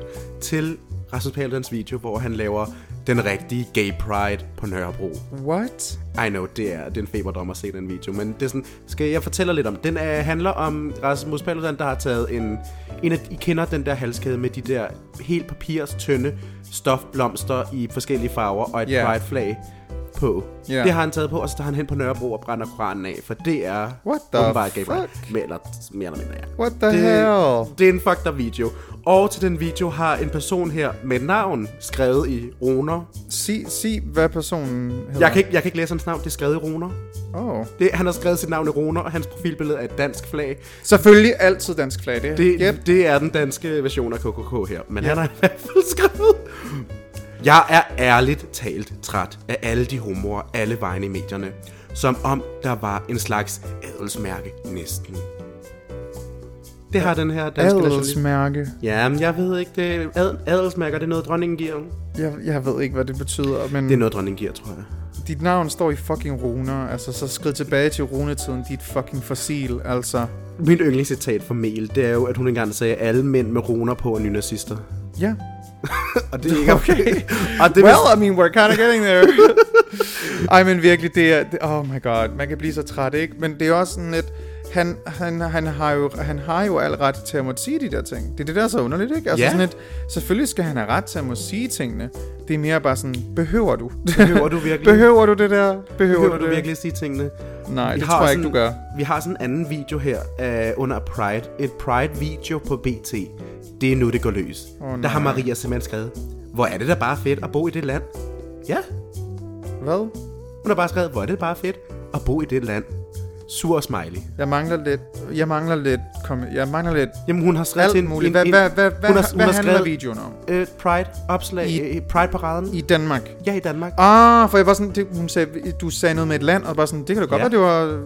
S1: til Rasmus Paludans video, hvor han laver den rigtige gay pride på Nørrebro.
S3: What?
S1: I know, det er, det er en feberdrøm at se den video, men det er sådan, skal jeg fortæller lidt om. Den er, handler om Rasmus Paludan, der har taget en, en af, I kender den der halskæde med de der helt papirs tynde stofblomster i forskellige farver og et
S3: Ja.
S1: yeah. pride flag på.
S3: Ja.
S1: Yeah. Det har han taget på, og så tager han hen på Nørrebro og brænder koranen af, for det er
S3: What the
S1: åbenbart gay pride.
S3: fuck?
S1: Mere eller, mere eller mindre, ja.
S3: What the hell?
S1: Det er en fucked up video. Og til den video har en person her med navn skrevet i roner.
S3: Sig, sig hvad personen hedder.
S1: Jeg kan ikke, jeg kan ikke læse hans navn, det er skrevet i roner.
S3: Oh.
S1: Det, han har skrevet sit navn i roner, og hans profilbillede er et dansk flag.
S3: Selvfølgelig altid dansk flag, det.
S1: Det,
S3: yep.
S1: yep. det er den danske version af KKK her, men yep. han har i hvert fald skrevet... Jeg er ærligt talt træt af alle de humorer alle vegne i medierne, som om der var en slags adelsmærke næsten. Det har den her danske nationalist.
S3: Adelsmærke.
S1: Jamen, jeg ved ikke, det ad, adelsmærker, det er noget, dronningen giver.
S3: Jeg, jeg ved ikke, hvad det betyder, men
S1: Det er noget, dronningen giver, tror jeg.
S3: dit navn står i fucking runer. Altså, så skrid tilbage til runetiden, dit fucking fossil, altså.
S1: Mit yndlingscitat fra Mel, det er jo, at hun engang sagde, at alle mænd med runer på er nynazister.
S3: Ja.
S1: Og det er ikke (laughs) okay. og det er
S3: Well, I mean, we're kind of getting there. (laughs) Ej, men virkelig, det er... Det, oh my god, man kan blive så træt, ikke? Men det er også sådan lidt... Han, han, han, har jo, han har jo al ret til at måtte sige de der ting. Det er det, der er så underligt, ikke? Altså
S1: Ja.
S3: sådan lidt, selvfølgelig skal han have ret til at måtte sige tingene. Det er mere bare sådan, behøver du?
S1: Behøver du virkelig?
S3: (laughs) behøver du det der? Behøver,
S1: Behøver
S3: du
S1: du
S3: det?
S1: virkelig at sige tingene?
S3: Nej,
S1: Vi
S3: det
S1: har
S3: tror jeg
S1: sådan-
S3: ikke, du gør.
S1: Vi har sådan en anden video her øh, under Pride. Et Pride-video på BT. Det er nu, det går løs. Oh, der har Maria simpelthen skrevet, hvor er det da bare fedt at bo i det land? Ja,
S3: Hvad?
S1: hun har bare skrevet, hvor er det bare fedt at bo i det land? Sur og smiley.
S3: Jeg mangler lidt... Jeg mangler lidt... Kom, jeg mangler lidt...
S1: Jamen, hun har skrevet til
S3: Alt
S1: en...
S3: muligt.
S1: en-
S3: Hvad,
S1: en-
S3: hvad, hvad, hvad,
S1: hun har-
S3: hvad,
S1: hun
S3: hvad
S1: har
S3: handler
S1: skrevet-
S3: videoen om?
S1: øh, Pride-opslag,
S3: I-
S1: øh, Pride-paraden.
S3: I Danmark?
S1: Ja, i Danmark.
S3: Ah, for jeg var sådan, det, hun sagde, du sagde noget med et land, og bare sådan, det kan da godt
S1: Ja.
S3: være, det var,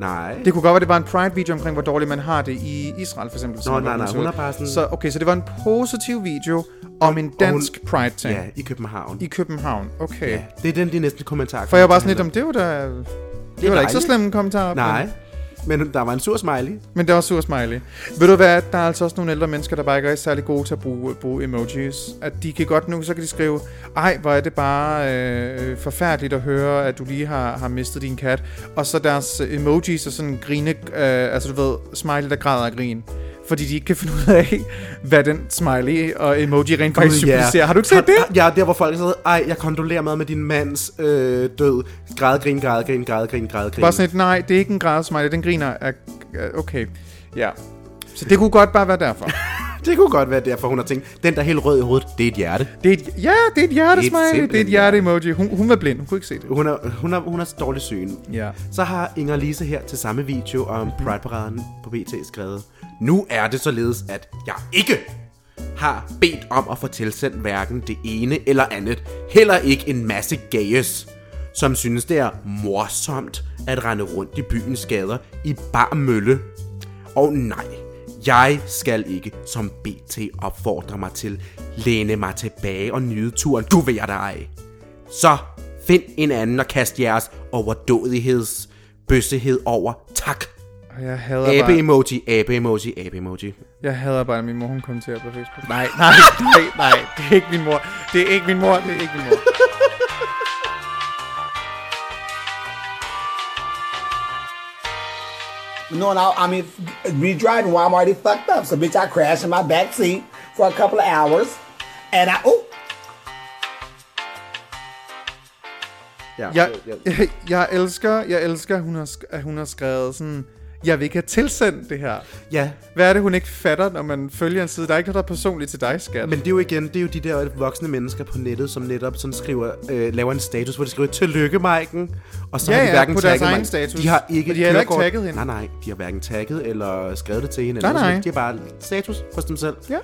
S1: Nej.
S3: det kunne godt være, det var en Pride-video omkring, hvor dårligt man har det i Israel, for eksempel. som
S1: Nå,
S3: er,
S1: nej,
S3: hvordan
S1: nej,
S3: det ser
S1: hun
S3: ud.
S1: er bare sådan-
S3: Så, okay, så det var en positiv video om en dansk Pride-ting
S1: Ja, i København.
S3: i København. Okay.
S1: Ja, det er den, de næste kommentarer.
S3: For jeg var bare sådan lidt, om det var da, det var da ikke så
S1: dejligt.
S3: slemme kommentarer.
S1: Nej,
S3: Men,
S1: men der var en sur smiley.
S3: men det var sur smiley. Ved du hvad, der er altså også nogle ældre mennesker, der bare ikke er særlig gode til at bruge, bruge emojis. At de kan godt nu, så kan de skrive, ej, hvor er det bare øh, forfærdeligt at høre, at du lige har, har mistet din kat. Og så deres emojis er sådan grine, øh, altså du ved, smiley, der græder af grin. Fordi de ikke kan finde ud af, hvad den smiley og emoji rent faktisk
S1: Gud, ja.
S3: symboliserer. Har du ikke set det?
S1: Ja, der hvor folk sidder, ej, jeg kondolerer meget med din mands øh, død. Grædegrin, grædegrin, grædegrin, grædegrin.
S3: Bare sådan et, nej, det er ikke en grædesmiley, den griner af, okay. Ja. Så det kunne godt bare være derfor.
S1: Det kunne godt være derfor, hun har tænkt, den der er helt rød i hovedet, det er et hjerte.
S3: Det er et, ja, det er et hjertesmiley. Det er
S1: simpelthen
S3: et hjerte-emoji. Hun, hun var blind. Hun kunne ikke se det.
S1: Hun har, hun har, hun har dårlig syn.
S3: Ja.
S1: Så har Inger Lise her til samme video om Pride-paraden på BT skrevet. Nu er det således, at jeg ikke har bedt om at få tilsendt hverken det ene eller andet. Heller ikke en masse gays, som synes det er morsomt at rende rundt i byens gader i bar mølle. Og nej, jeg skal ikke, som BT opfordrer mig til, læne mig tilbage og nyde turen. Du ved jeg dig. Så find en anden og kast jeres overdådigheds bøssehed over. Tak.
S3: Og Uh, jeg hader bare,
S1: Abe-emoji, abe-emoji, abe-emoji.
S3: jeg hader bare, at min mor hun kommenterer på Facebook. Nej, (laughs) nej, nej, nej. Det er ikke min mor. Det er ikke min mor. Det er ikke min mor.
S7: No, and I, I mean, me driving while I'm already fucked up. So, bitch, I crashed in my back seat for a couple of hours, and I oh,
S1: Ja,
S3: Jeg, jeg, jeg elsker, jeg elsker, at hun har, sk- at hun har skrevet sådan... Jeg vil ikke have tilsendt det her.
S1: ja,
S3: Hvad er det, hun ikke fatter, når man følger en side? Der er ikke noget, der er personligt til dig, skat.
S1: men det er jo igen, det er jo de der voksne mennesker på nettet, som netop sådan skriver, øh, laver en status, hvor de skriver, tillykke, Maiken. Og så
S3: Ja,
S1: har de
S3: ja,
S1: hverken
S3: på deres
S1: tagget
S3: egen
S1: Maiken.
S3: status.
S1: De har ikke
S3: Og de har heller ikke
S1: kørekort.
S3: tagget hende.
S1: Nej, nej, de har hverken tagget eller skrevet det til hende.
S3: Nej,
S1: eller sådan
S3: nej.
S1: noget. De har bare status hos dem selv.
S3: Ja.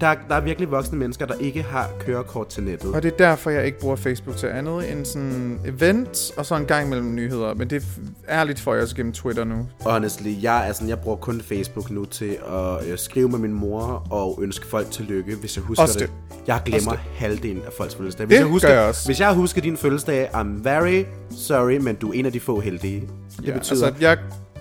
S1: Der, der er virkelig voksne mennesker, der ikke har kørekort til nettet.
S3: Og det er derfor, jeg ikke bruger Facebook til andet end sådan event, og så en gang mellem nyheder. Men det er f- ærligt for jeg også gennem Twitter nu.
S1: Honestly, virkelig, jeg er sådan, jeg bruger kun Facebook nu til at øh, skrive med min mor og ønske folk tillykke, hvis jeg husker
S3: Også
S1: det.
S3: det.
S1: Jeg glemmer
S3: Også
S1: halvdelen af folks fødselsdage.
S3: Det
S1: jeg husker,
S3: gør jeg også.
S1: Hvis jeg husker din fødselsdag, I'm very sorry, men du er en af de få heldige. Det
S3: Ja,
S1: betyder,
S3: altså, jeg,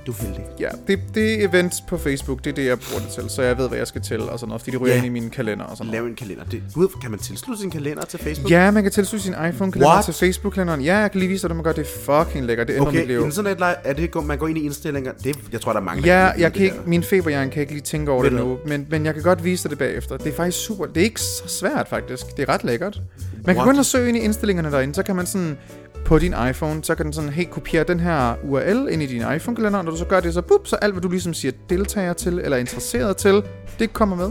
S1: du er heldig.
S3: ja, det, det er events på Facebook, det er det, jeg bruger det til, så jeg ved, hvad jeg skal til og sådan noget, fordi det ryger
S1: Ja.
S3: ind i min kalender og sådan noget.
S1: Lav en kalender. Det, Gud, kan man tilslutte sin kalender til Facebook?
S3: Ja, man kan tilslutte sin iPhone-kalender
S1: What?
S3: til Facebook-kalenderen. Ja, jeg kan lige vise dig, hvordan man gør det. Det er fucking lækkert. Det ændrer mit
S1: Okay,
S3: liv.
S1: internet er det, går- man går ind i indstillinger. Det, jeg tror, der er mange, der
S3: Ja,
S1: lide
S3: jeg
S1: det
S3: kan ikke,
S1: der.
S3: min feberhjerne kan ikke lige tænke over det
S1: Ved du
S3: nu, men, men jeg kan godt vise dig det bagefter. Det er faktisk super, det er ikke så svært faktisk, det er ret lækkert. Man kan
S1: What?
S3: gå ind og søge ind i indstillingerne derinde, så kan man sådan på din iPhone, så kan den sådan helt kopiere den her URL ind i din iPhone-kalender, og når du så gør det, så bup, så alt hvad du ligesom siger deltager til, eller er interesseret til, det kommer med.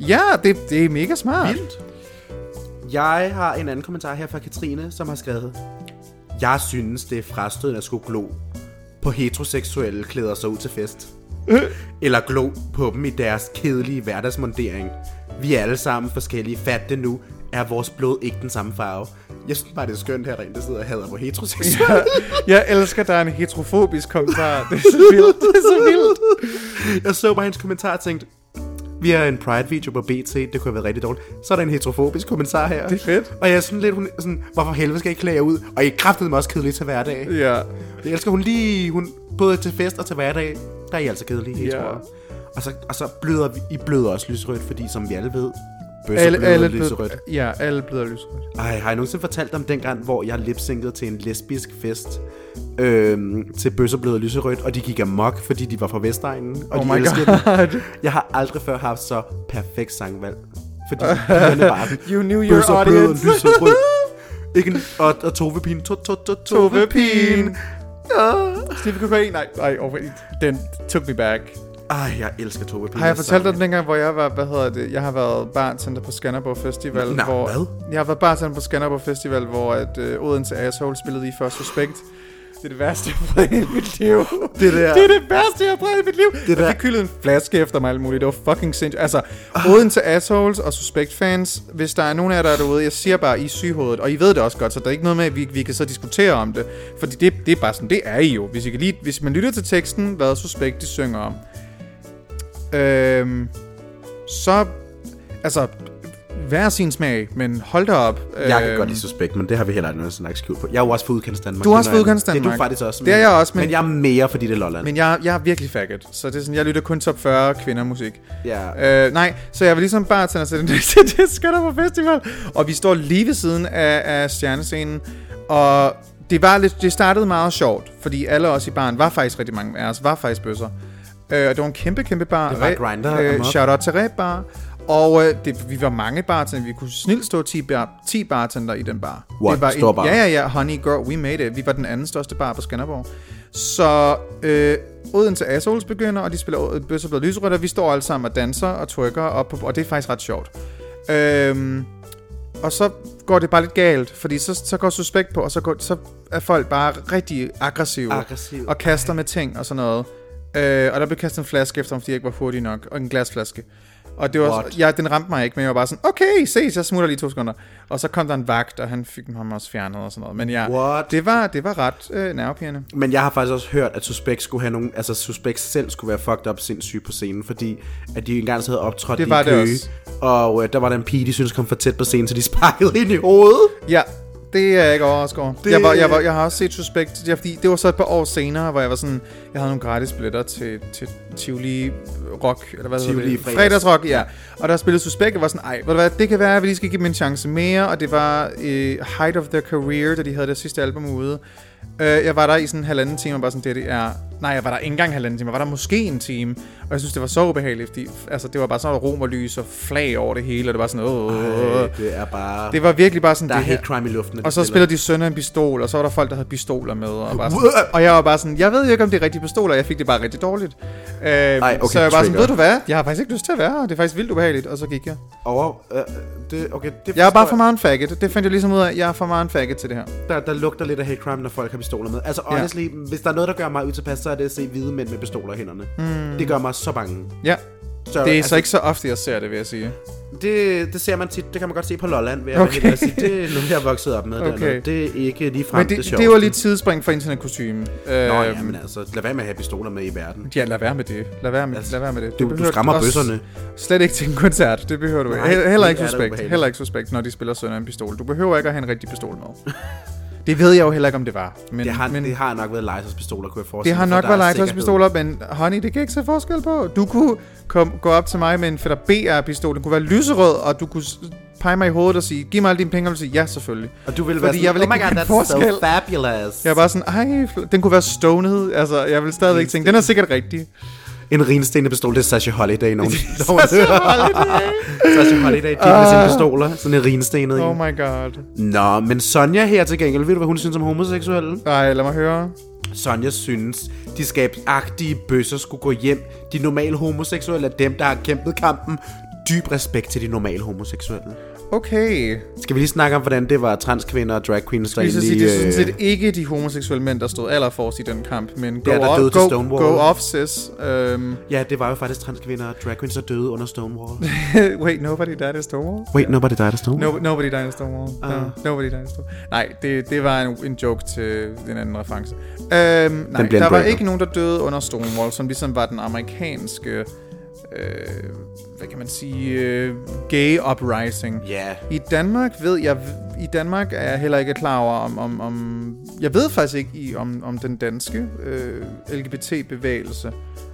S3: Ja, det, det er mega smart.
S1: Vildt. Jeg har en anden kommentar her fra Katrine, som har skrevet, Jeg synes, det er frastødende at skulle glo på heteroseksuelle klæder sig ud til fest. Eller glo på dem i deres kedelige hverdagsmondering. Vi er alle sammen forskellige. Fat det nu. Er vores blod ikke den samme farve? Jeg synes bare, det er skønt her, der er en, der sidder og hader på heteroseksuelle.
S3: Jeg elsker, der er en heterofobisk kommentar. Det er så
S1: (laughs)
S3: vildt, det er (laughs) så vildt.
S1: Jeg så bare hendes kommentar og tænkte, vi har en Pride-video på BT, det kunne have været rigtig dårligt. Så er der en heterofobisk kommentar her.
S3: Det er fedt.
S1: Og jeg er sådan lidt, hun, er sådan, hvorfor helvede skal jeg klæde jer ud? Og I kraftede mig også kedeligt til hverdag.
S3: Ja.
S1: Jeg elsker hun lige, hun, både til fest og til hverdag, der er I altså kedelige, jeg
S3: Ja.
S1: tror. Og så, og så bløder vi, I bløder også lyserødt, fordi som vi alle ved, bøsser alle,
S3: Alle,
S1: bløder alle
S3: alle blød,
S1: lyserødt.
S3: ja, alle bløder lyserødt.
S1: Ej, har jeg nogensinde fortalt om dengang, hvor jeg lipsynkede til en lesbisk fest øhm, til Bøsser Blød og Lyserødt, og de gik amok, fordi de var fra Vestegnen, og
S3: Oh
S1: de
S3: my
S1: elskede
S3: God.
S1: den. Jeg har aldrig før haft så perfekt sangvalg, fordi
S3: (laughs)
S1: pigerne var den.
S3: You knew your
S1: Bøsser Blød og
S3: audience.
S1: Lyserødt. Ikke en, og, og Tove Pien. To, to, to, Tove Pien.
S3: Steve Cocaine, nej, nej, over, den took me back.
S1: Ej, jeg elsker Tove Pien.
S3: Har jeg fortalt dig den dengang, hvor jeg var, hvad hedder det, jeg har været bartender på Skanderborg Festival,
S1: Nå,
S3: hvor...
S1: hvad?
S3: Jeg har været bartender på Skanderborg Festival, hvor at, øh, Odense Asshole spillede i First Respect. Det er det værste, jeg har prøvet i hele mit liv.
S1: Det der-
S3: Det er det værste, jeg har prøvet i mit liv. Det
S1: der-
S3: Jeg fik kyldet en flaske efter mig alt muligt. Det var fucking sindssygt. Altså, Odense Assholes og Suspect-fans, hvis der er nogen af jer, der er derude, jeg siger bare, I er sygehovedet, og I ved det også godt, så der er ikke noget med, at vi, vi kan så diskutere om det. Fordi det, det er bare sådan, det er I jo. Hvis, I kan lide, hvis man lytter til teksten, hvad Suspect de synger om, øhm, så, altså, hver sin smag, men hold da op.
S1: Jeg kan godt lide suspekt, men det har vi heller ikke noget sådan skjult på. Jeg er jo også fra udkants Danmark.
S3: Du er også
S1: Det
S3: fra
S1: jeg-
S3: Udkants
S1: Det er
S3: Danmark.
S1: du faktisk også.
S3: Det er jeg også, men-
S1: men jeg er mere, fordi det er Lolland.
S3: Men jeg, jeg er virkelig faggot, så det er sådan, jeg lytter kun top 40 kvindermusik.
S1: Ja.
S3: Øh, nej, så jeg var ligesom bartender (laughs) til den næste Discover på festival, og vi står lige ved siden af, af stjernescenen, og det, var lidt, det startede meget sjovt, fordi alle os i baren var faktisk rigtig mange af os, var faktisk bøsser. Øh, og det var en kæmpe, kæmpe bar.
S1: Det var Grindr,
S3: Øh,
S1: amok.
S3: shout out til Red Bar. Og øh, det, vi var mange bartender. Vi kunne snilt stå 10, bar, 10 bartender i den bar.
S1: What?
S3: Det var en,
S1: Stor bar?
S3: Ja, ja, ja. Honey girl, we made it. Vi var den anden største bar på Skanderborg. Så øh, Odense Assholes begynder, og de spiller øh, Bøsser Blad Lyserødt, og vi står alle sammen og danser og trykker, op på, og det er faktisk ret sjovt. Øhm, og så går det bare lidt galt, fordi så, så går suspekt på, og så, går, så er folk bare rigtig aggressive,
S1: Aggressive.
S3: og kaster med ting og sådan noget. Øh, og der blev kastet en flaske efter ham, fordi jeg ikke var hurtig nok, og en glasflaske. Og det var,
S1: What?
S3: ja, den ramte mig ikke, men jeg var bare sådan, okay, ses, jeg smutter lige to sekunder. Og så kom der en vagt, og han fik ham også fjernet og sådan noget. Men ja,
S1: What?
S3: Det, var, det var ret øh, nervepirrende.
S1: Men jeg har faktisk også hørt, at Suspekt skulle have nogen, altså Suspekt selv skulle være fucked up sindssyg på scenen, fordi at de engang havde optrådt
S3: Det
S1: i
S3: var det
S1: Køge,
S3: også.
S1: og øh, der var der en pige, de syntes kom for tæt på scenen, så de (laughs) sparkede ind i hovedet.
S3: Ja, det er jeg ikke overrasket over. Det... Jeg, var, jeg, var, jeg har også set Suspekt, ja, fordi det var så et par år senere, hvor jeg var sådan, jeg havde nogle gratis billetter til, til Tivoli Rock, eller hvad
S1: Tivoli
S3: hedder det?
S1: Fredags.
S3: Fredagsrock, ja. Og der spillede Suspekt, og var sådan, ej, ved du hvad, det kan være, at vi lige skal give dem en chance mere, og det var øh, Height of Their Career, da de havde deres sidste album ude. Øh, jeg var der i sådan en halvanden time, og bare sådan, det, det er... Nej, jeg var der ikke engang halvanden time, jeg var der måske en time. Og jeg synes, det var så ubehageligt, fordi altså, det var bare sådan noget rom og lys og flag over det hele, og det var sådan, åh, åh, åh.
S1: Øh, det er bare...
S3: Det var virkelig bare sådan,
S1: der er
S3: det her.
S1: helt crime i luften. når
S3: Og
S1: de
S3: så spiller de sønder en pistol, og så var der folk, der havde pistoler med. Og, bare sådan,
S1: What?
S3: og jeg var bare sådan, jeg ved jo ikke, om det er rigtige pistoler, jeg fik det bare rigtig dårligt. Øh, Ej,
S1: okay,
S3: så jeg var bare sådan,
S1: trigger.
S3: ved du hvad, jeg har faktisk ikke lyst til at være her, det er faktisk vildt ubehageligt, og så gik jeg.
S1: Over, øh, det, okay, det
S3: Jeg er bare
S1: forstår
S3: for meget en faggot, det fandt jeg ligesom ud af, jeg er for meget en faggot til det her.
S1: Der, der lugter lidt af hate crime, når folk har pistoler med. Altså,
S3: Ja.
S1: honestly, hvis der er noget, der gør mig utilpas, så er det at se hvide mænd med pistoler i hænderne. Mm. Det gør mig så bange.
S3: Ja,
S1: Så,
S3: Hmm. det er
S1: altså,
S3: så ikke så ofte, jeg ser det, vil jeg sige.
S1: det, det ser man tit, det kan man godt se på Lolland, vil jeg okay. helt ærligt sige. Det er noget, jeg er vokset op med.
S3: Okay.
S1: Okay. Det er ikke lige frem
S3: Men
S1: det,
S3: det, det,
S1: sjoveste.
S3: det var lige et tidsspring fra internetkostyme.
S1: Nå,
S3: Øh,
S1: ja, men altså, lad være med at have pistoler med i verden.
S3: Ja, lad være med det. Lad være med,
S1: Altså,
S3: lad være med det.
S1: du-
S3: Det
S1: du
S3: behøver
S1: skræmmer
S3: også
S1: bøsserne.
S3: Slet ikke til en koncert. Det behøver du ikke.
S1: Nej,
S3: He- Heller
S1: det
S3: ikke
S1: er da
S3: suspekt.
S1: ubehageligt.
S3: Heller ikke suspekt, når de spiller Sønder en pistol. Du behøver ikke at have en rigtig pistol med. (laughs) det ved jeg jo heller ikke, om det var. Men
S1: Det har,
S3: men,
S1: det har nok været Leicesters-pistoler, kunne jeg forestille
S3: det har
S1: mig,
S3: nok
S1: for der er
S3: været
S1: sikkerhed.
S3: Leiters-pistoler, men honey, det kan ikke se forskel på. Du kunne kom, gå op til mig med en fætter BR-pistol. Den kunne være lyserød, og du kunne s- pege mig i hovedet og sige, giv mig alle dine penge, og jeg ville sige, ja, selvfølgelig.
S1: Og du ville være
S3: Fordi
S1: sådan,
S3: jeg vil ikke
S1: oh my god,
S3: kende
S1: that's forskel.
S3: forskel."
S1: so fabulous.
S3: Jeg er bare sådan, ej, fl-" den kunne være stoned. Altså, jeg vil stadigvæk tænke, den er sikkert rigtig.
S1: En rinstenende pistol, det er Sasha Holiday. Nogen. (laughs)
S3: Sasha Holiday. Ah.
S1: Sasha Holiday, de med sine pistoler. Sådan en rinstenet.
S3: Oh
S1: Oh
S3: my god.
S1: Nå, men Sonja her til gengæld, ved du, hvad hun synes om homoseksuelle?
S3: Nej, lad mig høre.
S1: Sonja synes, de skabagtige bøsser skulle gå hjem. De normale homoseksuelle er dem, der har kæmpet kampen. Dyb respekt til de normale homoseksuelle.
S3: Okay.
S1: Skal vi lige snakke om, hvordan det var transkvinder og drag queens, der
S3: Jeg vil så sige,
S1: egentlig...
S3: det er sådan
S1: øh,
S3: set ikke de homoseksuelle mænd, der stod allerforrest i den kamp, men go,
S1: Ja, der døde
S3: off,
S1: til
S3: go,
S1: Stonewall.
S3: go off, sis. Um,
S1: Ja, det var jo faktisk transkvinder og drag queens, der døde under Stonewall.
S3: (laughs) wait, nobody died in Stonewall?
S1: Wait, no, var det dig, der Stonewall?
S3: No, nobody died in Stonewall. Uh. No,
S1: Ah.
S3: nobody died in Stonewall. Nej, det, det var en, en joke til en anden reference. Um, nej,
S1: bliver en
S3: der var
S1: breaker.
S3: ikke nogen, der døde under Stonewall, som ligesom var den amerikanske, øh, hvad kan man sige, øh, gay uprising.
S1: Ja.
S3: I Danmark ved jeg... I Danmark er jeg heller ikke klar over, om... om, om jeg ved faktisk ikke, i, om, om den danske øh, LGBT-bevægelse,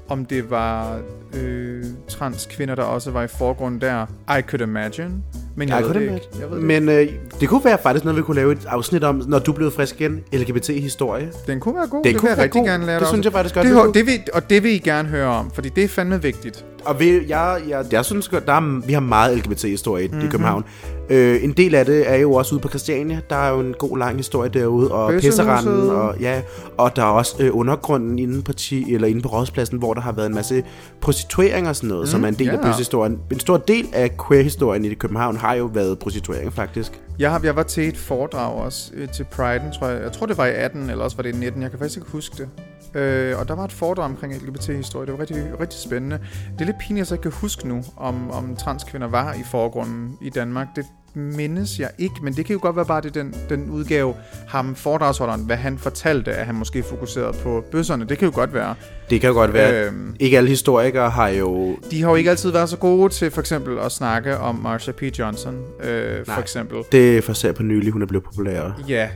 S3: om det var øh, transkvinder, der også var i forgrunden der. I could imagine. Men jeg,
S1: Jeg
S3: ved,
S1: kunne
S3: det
S1: det
S3: ikke. jeg ved det ikke.
S1: Men øh, det kunne være faktisk noget, vi kunne lave et afsnit om, når du blev frisk igen. LGBT-historie.
S3: Den kunne være god.
S1: Den
S3: det
S1: kunne
S3: vil jeg
S1: være
S3: rigtig
S1: god.
S3: gerne lære
S1: Det
S3: dig
S1: synes
S3: også.
S1: jeg faktisk godt,
S3: Det,
S1: vi
S3: ho-
S1: kunne.
S3: det vil, og det vil I gerne høre om, fordi det er fandme vigtigt.
S1: Og vi, jeg, jeg, jeg synes godt, der er, vi har meget LGBT-historie
S3: Mhm.
S1: mm-hmm. i København. Øh, en del af det er jo også ude på Christiania. Der er jo en god lang historie derude, og
S3: Bøssehuset.
S1: pisseranden, og, ja, og der er også øh, undergrunden inde på, ti, eller inde på Rådspladsen, hvor der har været en masse prostituering og sådan noget, mm, som er en del yeah.
S3: Mhm. ja.
S1: af byshistorien. En stor del af queer-historien i København har jo været prostituering, faktisk.
S3: Jeg, har, jeg var til et foredrag også øh, til Pride'en, tror jeg. Jeg tror, det var i 18, eller også var det i 19. Jeg kan faktisk ikke huske det. Øh, og der var et foredrag omkring LGBT-historie. Det var rigtig, rigtig spændende. Det er lidt pinligt, at jeg så ikke kan huske nu, om, om transkvinder var i forgrunden i Danmark. Det mindes jeg ikke, men det kan jo godt være bare det, den, den udgave ham foredragsholderen, hvad han fortalte, at han måske fokuserede på bøsserne. Det kan jo godt være.
S1: Det kan jo godt være,
S3: Øhm.
S1: øhm. ikke alle historikere har jo...
S3: De har jo ikke altid været så gode til for eksempel at snakke om Marsha P. Johnson, øh, for
S1: Nej.
S3: eksempel.
S1: Det er for ser på nylig, hun er blevet populær.
S3: Ja,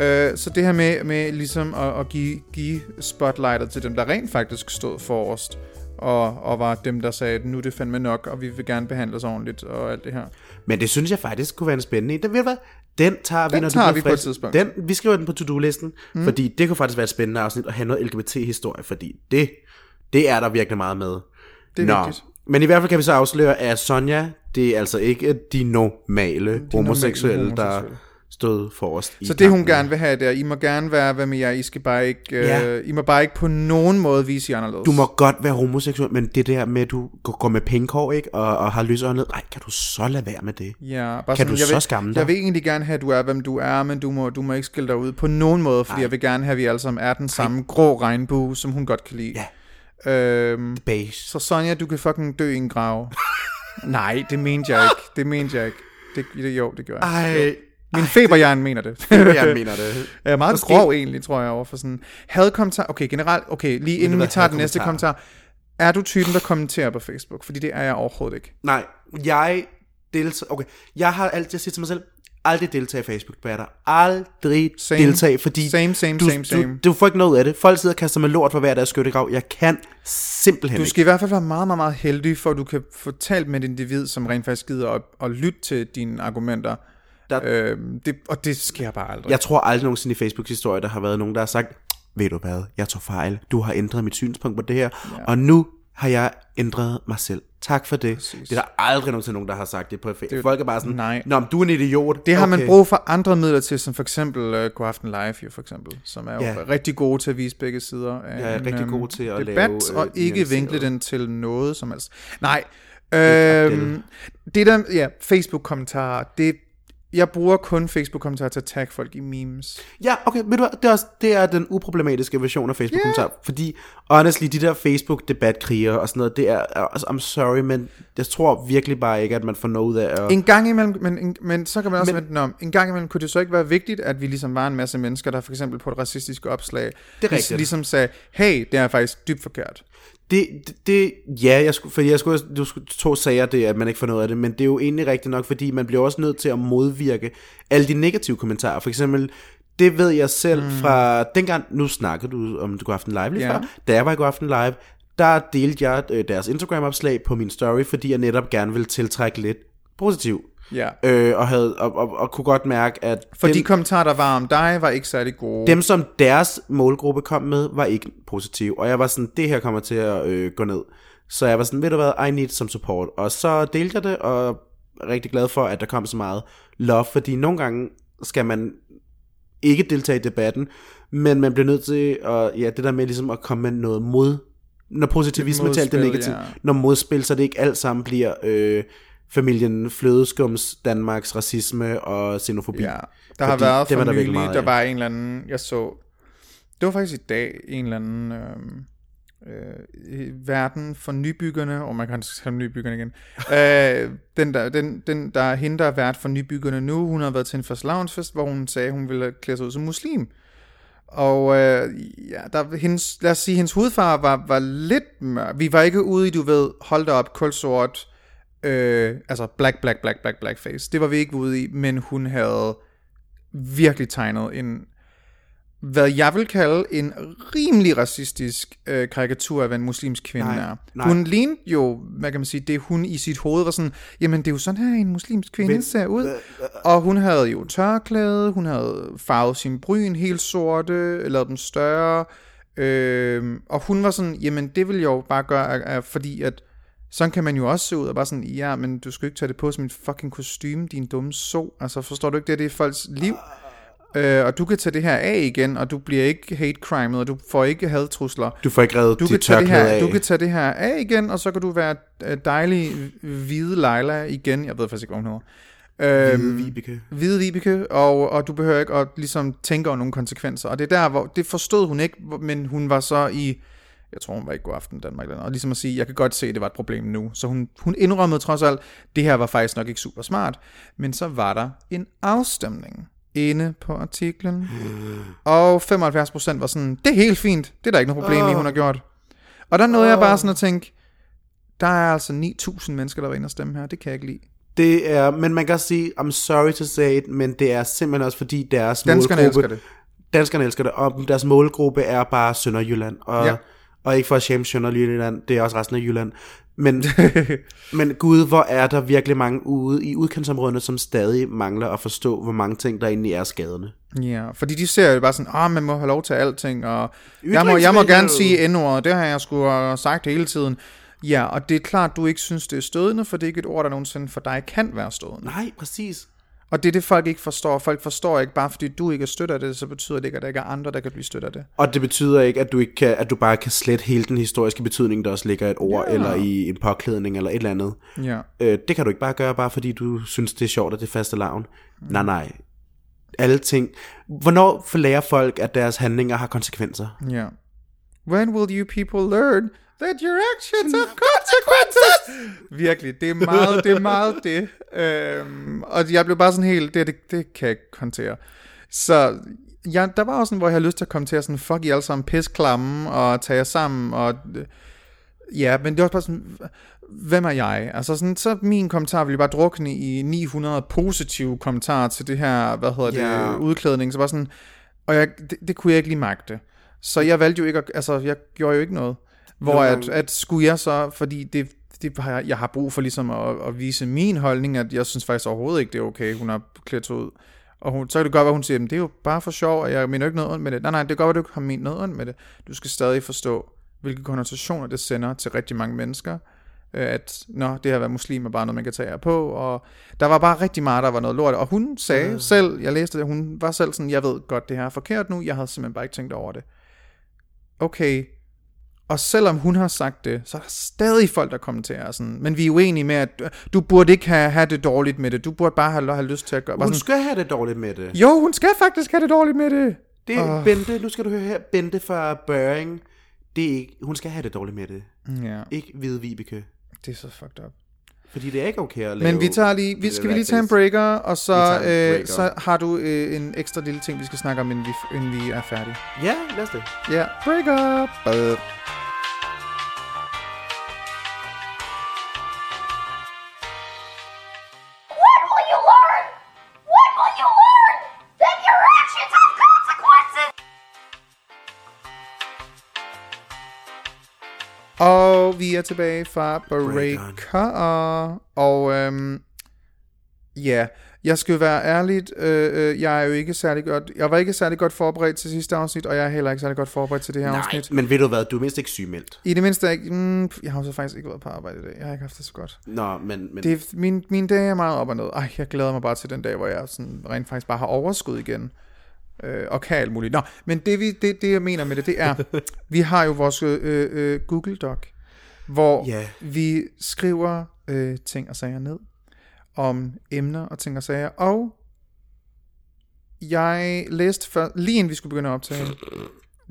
S3: øh, så det her med, med ligesom at, at give, give spotlightet til dem, der rent faktisk stod forrest, og, og var dem, der sagde, at nu er det fandme nok, og vi vil gerne behandle os ordentligt, og alt det her.
S1: Men det synes jeg faktisk kunne være en spændende idé. Ved du hvad? Den tager vi,
S3: Den
S1: når
S3: tager
S1: du
S3: vi
S1: bliver
S3: på et
S1: frisk.
S3: tidspunkt.
S1: Den, vi skriver den på to-do-listen, mm. fordi det kunne faktisk være et spændende afsnit at have noget LGBT-historie, fordi det, det er der virkelig meget med. Det
S3: er vigtigt.
S1: Men i hvert fald kan vi så afsløre, at Sonja, det er altså ikke de normale de homoseksuelle, normale der
S3: homoseksuelle.
S1: stod forrest i
S3: Så det, hun
S1: kampen.
S3: gerne vil have, det er, I må gerne være, hvad med jer, I skal bare ikke, øh,
S1: Ja.
S3: I må bare ikke på nogen måde vise jer anderledes.
S1: Du må godt være homoseksuel, men det der med, at du går- går med pengekår, ikke? Og, og har lysøjnet. Nej, kan du så lade være med det?
S3: Ja, bare
S1: Kan
S3: sådan,
S1: du
S3: jeg
S1: så
S3: vil,
S1: skamme dig?
S3: Jeg vil egentlig gerne have, at du er, hvem du er, men du må, du må ikke skille dig ud på nogen måde, fordi Ej. jeg vil gerne have, at vi alle sammen er den samme Ej. grå regnbue, som hun godt kan lide. Ja. Øhm,
S1: Base.
S3: Så Sonja, du kan fucking dø i en
S1: (laughs)
S3: grav. Nej, det mente jeg ikke. Det mente jeg ikke. Det, det, jo, det gjorde jeg.
S1: Ej,
S3: Min feberjern mener det.
S1: jeg mener det.
S3: (laughs) Jeg er meget
S1: Måske-
S3: grov egentlig, tror jeg, overfor sådan... Hadkommentar... Okay, generelt... Okay, lige inden vi
S1: hvad,
S3: tager den næste
S1: hadkommentarer?
S3: kommentar. Er du typen, der kommenterer på Facebook? Fordi det er jeg overhovedet ikke.
S1: Nej, jeg deltager... Okay, jeg har altid sagt til mig selv, aldrig deltage i facebook debatter Aldrig
S3: Same.
S1: same. deltage, fordi
S3: Same, same,
S1: du,
S3: same, same.
S1: Du, du får ikke noget ud af det. Folk sidder og kaster med lort for hver deres skyttegrav. Jeg kan simpelthen
S3: Du
S1: ikke.
S3: skal i hvert fald være meget, meget, meget heldig, for at du kan få talt med et individ, som rent faktisk gider at, at lytte til dine argumenter.
S1: Der-
S3: Øhm, det, og det sker bare aldrig.
S1: Jeg tror aldrig nogensinde i Facebooks historie, der har været nogen, der har sagt, ved du hvad, jeg tog fejl. Du har ændret mit synspunkt på det her, ja. og nu har jeg ændret mig selv. Tak for det. Præcis. Det er der aldrig nogensinde nogen, der har sagt det på Facebook. Folk er bare sådan,
S3: nej.
S1: Nå, men du er en idiot.
S3: Det har okay. man
S1: Okay.
S3: brug for andre midler til, som for eksempel uh, God Aften Live, jo, for eksempel, som er jo
S1: Ja.
S3: rigtig gode til at vise begge sider af
S1: Ja,
S3: en,
S1: rigtig
S3: øhm,
S1: gode til at
S3: debat,
S1: lave, øh,
S3: og ikke
S1: nuanceret.
S3: vinkle den til noget som helst. Nej, øhm, det der, ja, Facebook-kommentarer, det Jeg bruger kun Facebook-kommentarer til at tagge folk i memes.
S1: Ja, okay, ved du hvad, det er, også, det er den uproblematiske version af facebook kommentar yeah. fordi honestly, de der Facebook-debatkriger og sådan noget, det er, altså, I'm sorry, men jeg tror virkelig bare ikke, at man får noget ud af at...
S3: En gang imellem, men, en, men så kan man også men, vente den om, en gang imellem kunne det så ikke være vigtigt, at vi ligesom var en masse mennesker, der for eksempel på et racistisk opslag, det
S1: rigtigt.
S3: ligesom sagde, hey, det er faktisk dybt forkert.
S1: Det, det, det ja, jeg skulle, fordi jeg skulle, du skulle to sager det, at man ikke får noget af det, men det er jo egentlig rigtigt nok, fordi man bliver også nødt til at modvirke alle de negative kommentarer. For eksempel, det ved jeg selv mm. fra dengang, nu snakkede du om du aften live lige
S3: Ja.
S1: yeah. før, da jeg var i går aften live, der delte jeg øh, deres Instagram-opslag på min story, fordi jeg netop gerne ville tiltrække lidt positiv.
S3: Ja.
S1: Øh, og, havde, og, og, og kunne godt mærke, at
S3: For
S1: den-
S3: de kommentarer, der var om dig, var ikke særlig gode.
S1: dem, som deres målgruppe kom med, var ikke positive. Og jeg var sådan, det her kommer til at øh, gå ned. Så jeg var sådan, ved du hvad, I need some support. Og så delte jeg det, og er rigtig glad for, at der kom så meget love, fordi nogle gange skal man ikke deltage i debatten, men man bliver nødt til at, ja, det der med ligesom at komme med noget mod, når positivisme
S3: modspil,
S1: talte det negativt,
S3: ja.
S1: ja. når modspil, så det ikke alt sammen bliver øh, familien Flødeskums, Danmarks racisme og xenofobi.
S3: Ja, der har
S1: Fordi
S3: været
S1: det
S3: for
S1: var der virkelig
S3: nylig,
S1: meget
S3: der
S1: af.
S3: var en eller anden, jeg så, det var faktisk i dag, en eller anden øhm, øh, øh, verden for nybyggerne, og oh, man kan kalde dem
S1: (laughs)
S3: nybyggerne igen, øh, den, der, den, den der hende, der er vært for nybyggerne nu, hun har været til en fastelavnsfest, hvor hun sagde, hun ville klæde sig ud som muslim. Og øh, ja, der, hendes, lad os sige, hendes hudfarve var, var lidt mørk. Vi var ikke ude i, du ved, hold da op, kulsort, øh, altså black, black, black, black, black face. Det var vi ikke ude i, men hun havde virkelig tegnet en, hvad jeg vil kalde en rimelig racistisk øh, karikatur af, hvad en muslimsk kvinde nej, er.
S1: nej.
S3: Hun lignede jo, hvad kan man sige, det hun i sit hoved var sådan, jamen det er jo sådan her, en muslimsk kvinde ser ud. Og hun havde jo tørklæde, hun havde farvet sin bryn helt sorte, lavet dem større, øh, og hun var sådan, jamen det vil jeg jo bare gøre, at- at- fordi at sådan kan man jo også se ud, og bare sådan, ja, men du skal jo ikke tage det på som et fucking kostume, din dumme so. Altså, forstår du ikke, det, her, det er folks liv. Øh, og du kan tage det her af igen, og du bliver ikke hate crimet, og du får ikke hadtrusler.
S1: Du får ikke reddet
S3: Du
S1: dit
S3: kan, tage det her,
S1: tørklæde af.
S3: du kan tage det her af igen, og så kan du være øh, dejlig hvide Leila igen. Jeg ved faktisk ikke, hvad hun hedder. Øhm,
S1: Vibeke.
S3: hvide Vibeke, og, og du behøver ikke at ligesom, tænke over nogle konsekvenser. Og det er der, hvor det forstod hun ikke, hvor- men hun var så i, jeg tror hun var i god aften Danmark, eller noget, og ligesom at sige, jeg kan godt se, at det var et problem nu. Så hun, hun indrømmede trods alt, det her var faktisk nok ikke super smart. Men så var der en afstemning inde på artiklen, og 75% var sådan, det er helt fint, det er der ikke noget problem oh. i, hun har gjort. Og der nåede oh. jeg bare sådan at tænke, der er altså 9.000 mennesker, der var inde og stemme her, det kan jeg ikke lide.
S1: Det er, men man kan også sige, I'm sorry to say it, men det er simpelthen også fordi deres
S3: Danskerne
S1: målgruppe...
S3: elsker det.
S1: Danskerne elsker det. Og deres målgruppe er bare Sønderjylland. Og,
S3: Ja.
S1: ja. og ikke for at shame Sønderjylland, det er også resten af Jylland.
S3: (laughs)
S1: Men, men gud, hvor er der virkelig mange ude i udkantsområderne, som stadig mangler at forstå, hvor mange ting, der egentlig er skadende.
S3: Ja, fordi de ser jo bare sådan, ah, man må have lov til alting, og jeg må, jeg må gerne sige N-ordet, det har jeg sgu øh, sagt hele tiden. Ja, og det er klart, du ikke synes, det er stødende, for det er ikke et ord, der nogensinde for dig kan være stødende.
S1: Nej, præcis.
S3: Og det er det, folk ikke forstår. Folk forstår ikke, bare fordi du ikke støtter det, så betyder det ikke, at der ikke er andre, der kan blive støtter det.
S1: Og det betyder ikke, at du, ikke kan, at du bare kan slette hele den historiske betydning, der også ligger i et ord, ja. eller i en påklædning, eller et eller andet.
S3: Ja.
S1: Øh, det kan du ikke bare gøre, bare fordi du synes, det er sjovt, at det er faste lavn. Mm. Nej, nej. Alle ting. Hvornår får lærer folk, at deres handlinger har konsekvenser?
S3: Ja. When will you people learn that your actions have consequences? Virkelig, det er meget det. Er meget det. Øhm, og jeg blev bare sådan helt, det, det, det kan jeg ikke håndtere. Så ja, der var også sådan, hvor jeg havde lyst til at komme til at sådan, fuck I alle sammen, pis klamme og tage jer sammen. Og, øh, ja, men det var også bare sådan, hvem er jeg? Altså sådan, så min kommentar ville bare drukne i 900 positive kommentarer til det her, hvad hedder det,
S1: Ja.
S3: udklædning. Så bare sådan, og jeg, det, det kunne jeg ikke lige magte. Så jeg valgte jo ikke at, altså jeg gjorde jo ikke noget. Hvor at, at skulle jeg så, fordi det, det har jeg, jeg har brug for ligesom at, at vise min holdning, at jeg synes faktisk overhovedet ikke, det er okay, hun har klædt sig ud. Og hun, så kan det godt være, hun siger, at det er jo bare for sjov, og jeg mener jo ikke noget ondt med det. Nej, nej, det kan godt være, du ikke har ment noget ondt med det. Du skal stadig forstå, hvilke konnotationer det sender til rigtig mange mennesker. Øh, At, nå, det her at være muslim er bare noget, man kan tage af på. Og der var bare rigtig meget, der var noget lort. Og hun sagde øh. selv, jeg læste det, hun var selv sådan, jeg ved godt, det her er forkert nu, jeg havde simpelthen bare ikke tænkt over det okay, Og selvom hun har sagt det, så er der stadig folk, der kommenterer sådan, men vi er uenige med, at du- du burde ikke have, have det dårligt med det, du burde bare have, have lyst til at gøre... Bare
S1: Hun
S3: sådan,
S1: skal have det dårligt med det.
S3: jo, hun skal faktisk have det dårligt med det.
S1: Det er Bente, nu skal du høre her, Bente fra Børing. Det er ikke, hun skal have det dårligt med det.
S3: Ja,
S1: Ikke Hvide Vibeke.
S3: det er så fucked up.
S1: Fordi det er ikke okay at lave...
S3: Men vi tager lige, vi, skal vi lige tage en breaker, og så,
S1: Vi tager en
S3: breaker.
S1: breaker.
S3: Øh, så har du øh, en ekstra lille ting, vi skal snakke om, inden vi, inden vi er færdige.
S1: Ja, lad os det.
S3: Ja, yeah, breaker! Uh.
S8: When will you learn? When will you learn that your actions have consequences?
S3: Og vi er tilbage fra Breaker.
S1: Breakeren.
S3: Og øhm, ja, jeg skal jo være ærligt, øh, øh, jeg er jo ikke særlig godt, jeg var ikke særlig godt forberedt til sidste afsnit, og jeg er heller ikke særlig godt forberedt til det her
S1: Nej,
S3: afsnit.
S1: men ved du hvad, du er mindst ikke sygemeldt.
S3: I det mindste, er jeg, ikke- mm, jeg har jo så faktisk ikke været på arbejde i dag. Jeg har ikke haft det så godt.
S1: Nå, men... men
S3: Det, er- min, min dag er meget op og ned. Ej, jeg glæder mig bare til den dag, hvor jeg sådan rent faktisk bare har overskud igen. Øh, og kan alt muligt. Nå, men det, vi, det, det jeg mener med det,
S1: (laughs)
S3: det er, vi har jo vores øh, øh, Google Doc, hvor
S1: Ja.
S3: vi skriver øh, ting og sager ned om emner og ting og sager. Og jeg læste før, lige inden vi skulle begynde at optage,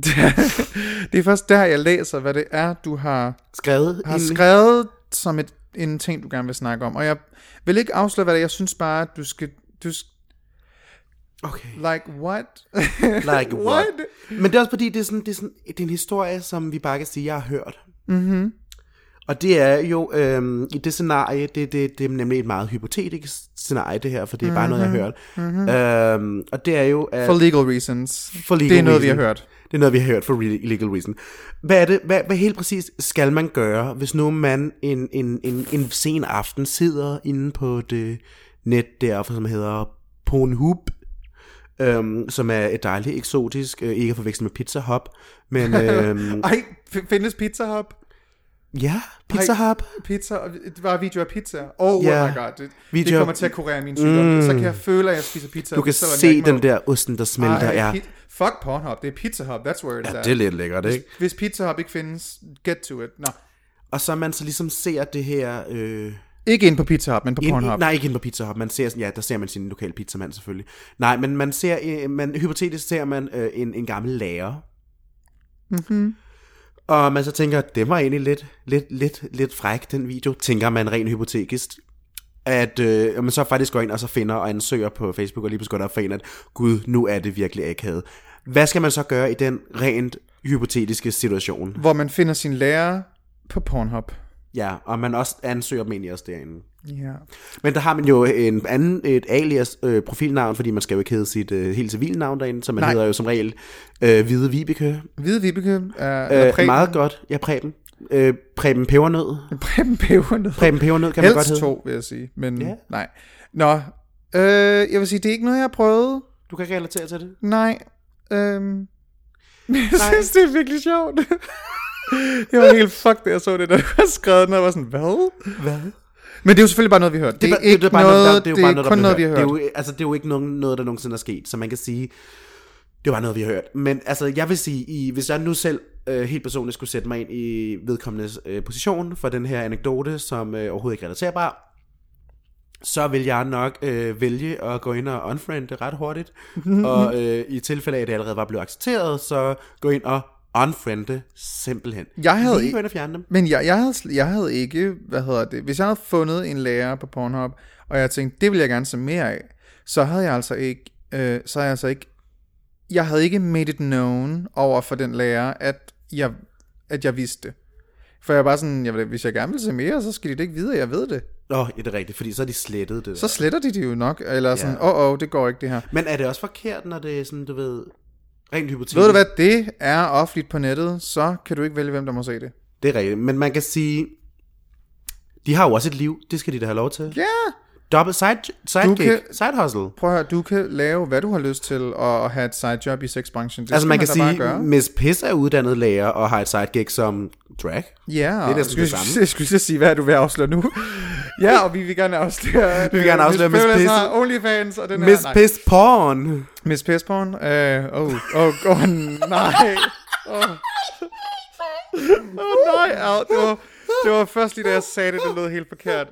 S3: (laughs) det er først der, jeg læser, hvad det er, du har
S1: skrevet
S3: har
S1: i-
S3: skrevet som et, en ting, du gerne vil snakke om. Og jeg vil ikke afsløre, hvad det er. Jeg synes bare, at du skal... Du sk-
S1: Okay.
S3: like what?
S1: Like what? Men det er også fordi, det er, sådan, det, er sådan, det er en historie, som vi bare kan sige, jeg har hørt. Mm-hmm. Og det er jo, øhm, i det scenarie, det, det, det er nemlig et meget hypotetisk scenarie, det her, for det er bare noget, jeg har hørt. Mm-hmm. Øhm, og det er jo, at
S3: For legal reasons.
S1: for legal
S3: det er noget, vi har
S1: reason.
S3: hørt.
S1: Det er noget, vi har hørt for re- legal reason. Hvad er det, hvad, hvad helt præcis skal man gøre, hvis nu man en, en, en, en sen aften sidder inde på det net der, som hedder Pornhub, øhm, som er et dejligt eksotisk, øh, ikke at forveksle med Pizza Hub,
S3: (laughs)
S1: men øhm,
S3: Ej, f- findes Pizza Hub?
S1: ja, Pizza
S3: Ej,
S1: Hub.
S3: Pizza, det var video af pizza. Oh,
S1: Ja.
S3: yeah. my god. Det, det
S1: Videoer-
S3: kommer til at kurere min sygdom. Mm. Så kan jeg føle, at jeg spiser pizza.
S1: Du kan
S3: selvom jeg
S1: se
S3: ikke må.
S1: den der osten, der smelter.
S3: Ej,
S1: ja.
S3: pi- Fuck Pornhub, det er Pizza Hub, that's where it is
S1: ja,
S3: at.
S1: det er lidt lækkert, ikke?
S3: Hvis Pizza Hub ikke findes, get to it. Nå.
S1: Og så man så ligesom ser det her... Øh,
S3: Ikke ind på Pizza Hub, men på
S1: Ind-
S3: Pornhub.
S1: Nej, ikke ind på Pizza Hub. Man ser, sådan- ja, der ser man sin lokale pizzamand selvfølgelig. Nej, men man ser, øh, man, hypotetisk ser man øh, en, en gammel lærer. Mm-hmm. Og man så tænker, det var egentlig lidt, lidt, lidt, lidt fræk, den video, tænker man rent hypotetisk. At øh, man så faktisk går ind og så finder og ansøger på Facebook, og lige pludselig går der for en, at gud, nu er det virkelig akavet. Hvad skal man så gøre i den rent hypotetiske situation?
S3: Hvor man finder sin lærer på Pornhub.
S1: Ja, og man også ansøger dem egentlig også derinde.
S3: Ja.
S1: Men der har man jo en anden, et alias øh, profilnavn, fordi man skal jo ikke hedde sit øh, helt civile navn derinde, så man
S3: Nej.
S1: Nej. hedder jo som regel øh, Hvide Vibeke.
S3: Hvide Vibeke er eller
S1: Øh,
S3: Preben,
S1: meget godt. Ja, Preben. Øh, Preben Pebernød.
S3: Preben Pebernød.
S1: Preben Pebernød kan man godt
S3: Helst
S1: hedde.
S3: to, vil jeg sige. Men
S1: Ja.
S3: nej. Nå, øh, jeg vil sige, det er ikke noget, jeg har prøvet.
S1: Du kan ikke relatere til det.
S3: Nej. Øhm. (laughs) Men jeg synes, det er virkelig sjovt. (laughs) jeg var helt fucked, da jeg så det, der var skrevet noget. Jeg var sådan, hvad?
S1: Hvad?
S3: Men det er jo selvfølgelig bare noget, vi har hørt. Det er
S1: bare-
S3: ikke
S1: bare
S3: noget,
S1: der-
S3: det
S1: jo bare
S3: er kun
S1: der
S3: noget, vi
S1: blev
S3: har hørt.
S1: Det er jo, altså, det er jo ikke nogen, noget, der nogensinde er sket, så man kan sige, det var noget, vi har hørt. Men altså, jeg vil sige, i, hvis jeg nu selv øh, helt personligt skulle sætte mig ind i vedkommendes øh, position for den her anekdote, som øh, overhovedet ikke er relaterbar, så vil jeg nok øh, vælge at gå ind og unfriende ret
S3: (laughs)
S1: hurtigt. og øh, i tilfælde af, at det allerede var blevet accepteret, så gå ind og unfriende simpelthen.
S3: Jeg havde
S1: Lige
S3: ikke-
S1: gå ind og fjerne dem.
S3: Men jeg, jeg, havde, sl- jeg havde ikke, hvad hedder det, hvis jeg havde fundet en lærer på Pornhub, og jeg tænkte, det vil jeg gerne se mere af, så havde jeg altså ikke, øh, så havde jeg altså ikke, jeg havde ikke made it known over for den lærer, at jeg, at jeg vidste det. For jeg er bare sådan, jeg, ved- hvis jeg gerne vil se mere, så skal de det ikke vide, at jeg ved det.
S1: Nå, ja, det er rigtigt, fordi så er de slettet det.
S3: Så sletter de det jo nok, eller sådan, åh,
S1: Ja.
S3: yeah. oh, oh, det går ikke det her.
S1: Men er det også forkert, når det er sådan, du ved, rent hypotetisk?
S3: Ved du hvad, det er offentligt på nettet, så kan du ikke vælge, hvem der må se det.
S1: Det er rigtigt, men man kan sige, de har jo også et liv, det skal de da have lov til.
S3: Ja! Yeah.
S1: Dobbelt side, side,
S3: Du
S1: gig,
S3: kan-
S1: side hustle.
S3: Prøv at høre, du kan lave, hvad du har lyst til, og have et sidejob i sexbranchen. Det
S1: Altså man kan
S3: da bare
S1: sige,
S3: gøre.
S1: Miss Piss er uddannet lærer og har et side gig som drag.
S3: Ja,
S1: Det er næsten
S3: skulle,
S1: det samme.
S3: Jeg (laughs) skulle lige sige, hvad er du ved at afsløre nu? ja, og vi vil gerne afsløre...
S1: Vi vil gerne afsløre Miss
S3: Miss Pisse.
S1: Piss.
S3: Onlyfans og den her...
S1: Miss
S3: nej.
S1: Piss Porn. Øh,
S3: (laughs) Miss Pisseporn. Åh, uh, oh, oh, oh, nej.
S8: Thanks.
S3: Åh oh, nej, au, det var, det var først lige da jeg sagde det, det lød helt forkert.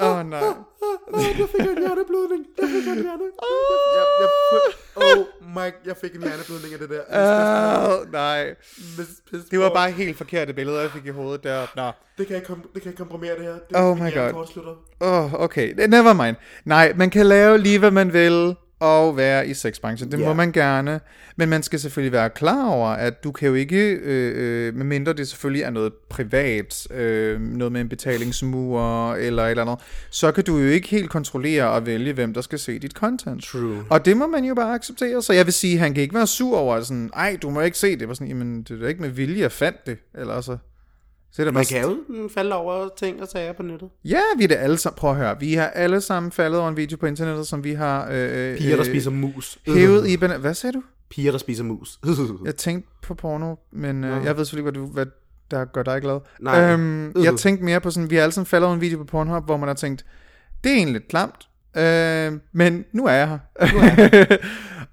S3: Åh oh, nej.
S1: Jeg fik en hjerneblødning. Jeg fik en hjerne. Jeg, jeg, oh my, jeg fik en hjerneblødning af det der.
S3: Åh oh, nej.
S1: Pis- pis-
S3: Det var bare helt forkerte billeder, jeg fik i hovedet deroppe. Nå.
S1: Det kan jeg, kom- det kan jeg komprimere det her. Det
S3: Oh
S1: det
S3: my
S1: kan jeg
S3: God.
S1: kortslutter.
S3: Åh, oh, okay. Never mind. Nej, man kan lave lige, hvad man vil og være i sexbranchen. Det yeah. må
S1: Ja.
S3: man gerne. Men man skal selvfølgelig være klar over, at du kan jo ikke, øh, øh, medmindre det selvfølgelig er noget privat, øh, noget med en betalingsmur eller et eller andet, så kan du jo ikke helt kontrollere og vælge, hvem der skal se dit content. True. Og det må man jo bare acceptere. Så jeg vil sige, han kan ikke være sur over sådan, ej, du må ikke se det. Jeg var sådan, Jamen, det er da ikke med vilje, jeg fandt det. Eller så... så er det bare
S1: Man kan jo mm, falde over ting og sager på nettet.
S3: Ja, vi er da alle sammen. Prøv at høre. Vi har alle sammen faldet over en video på internettet, som vi har... Øh, øh,
S1: Piger, der
S3: øh,
S1: spiser mus.
S3: Hævet i banan... Hvad sagde du?
S1: Piger, der spiser (laughs) mus.
S3: Jeg tænkte på porno, men øh, jeg ved selvfølgelig ikke, hvad, du, hvad der gør dig glad.
S1: Nej.
S3: Øhm, jeg tænkte mere på sådan... Vi har alle sammen faldet over en video på Pornhub, hvor man har tænkt, det er egentlig lidt klamt, øh, men nu er jeg her. (laughs)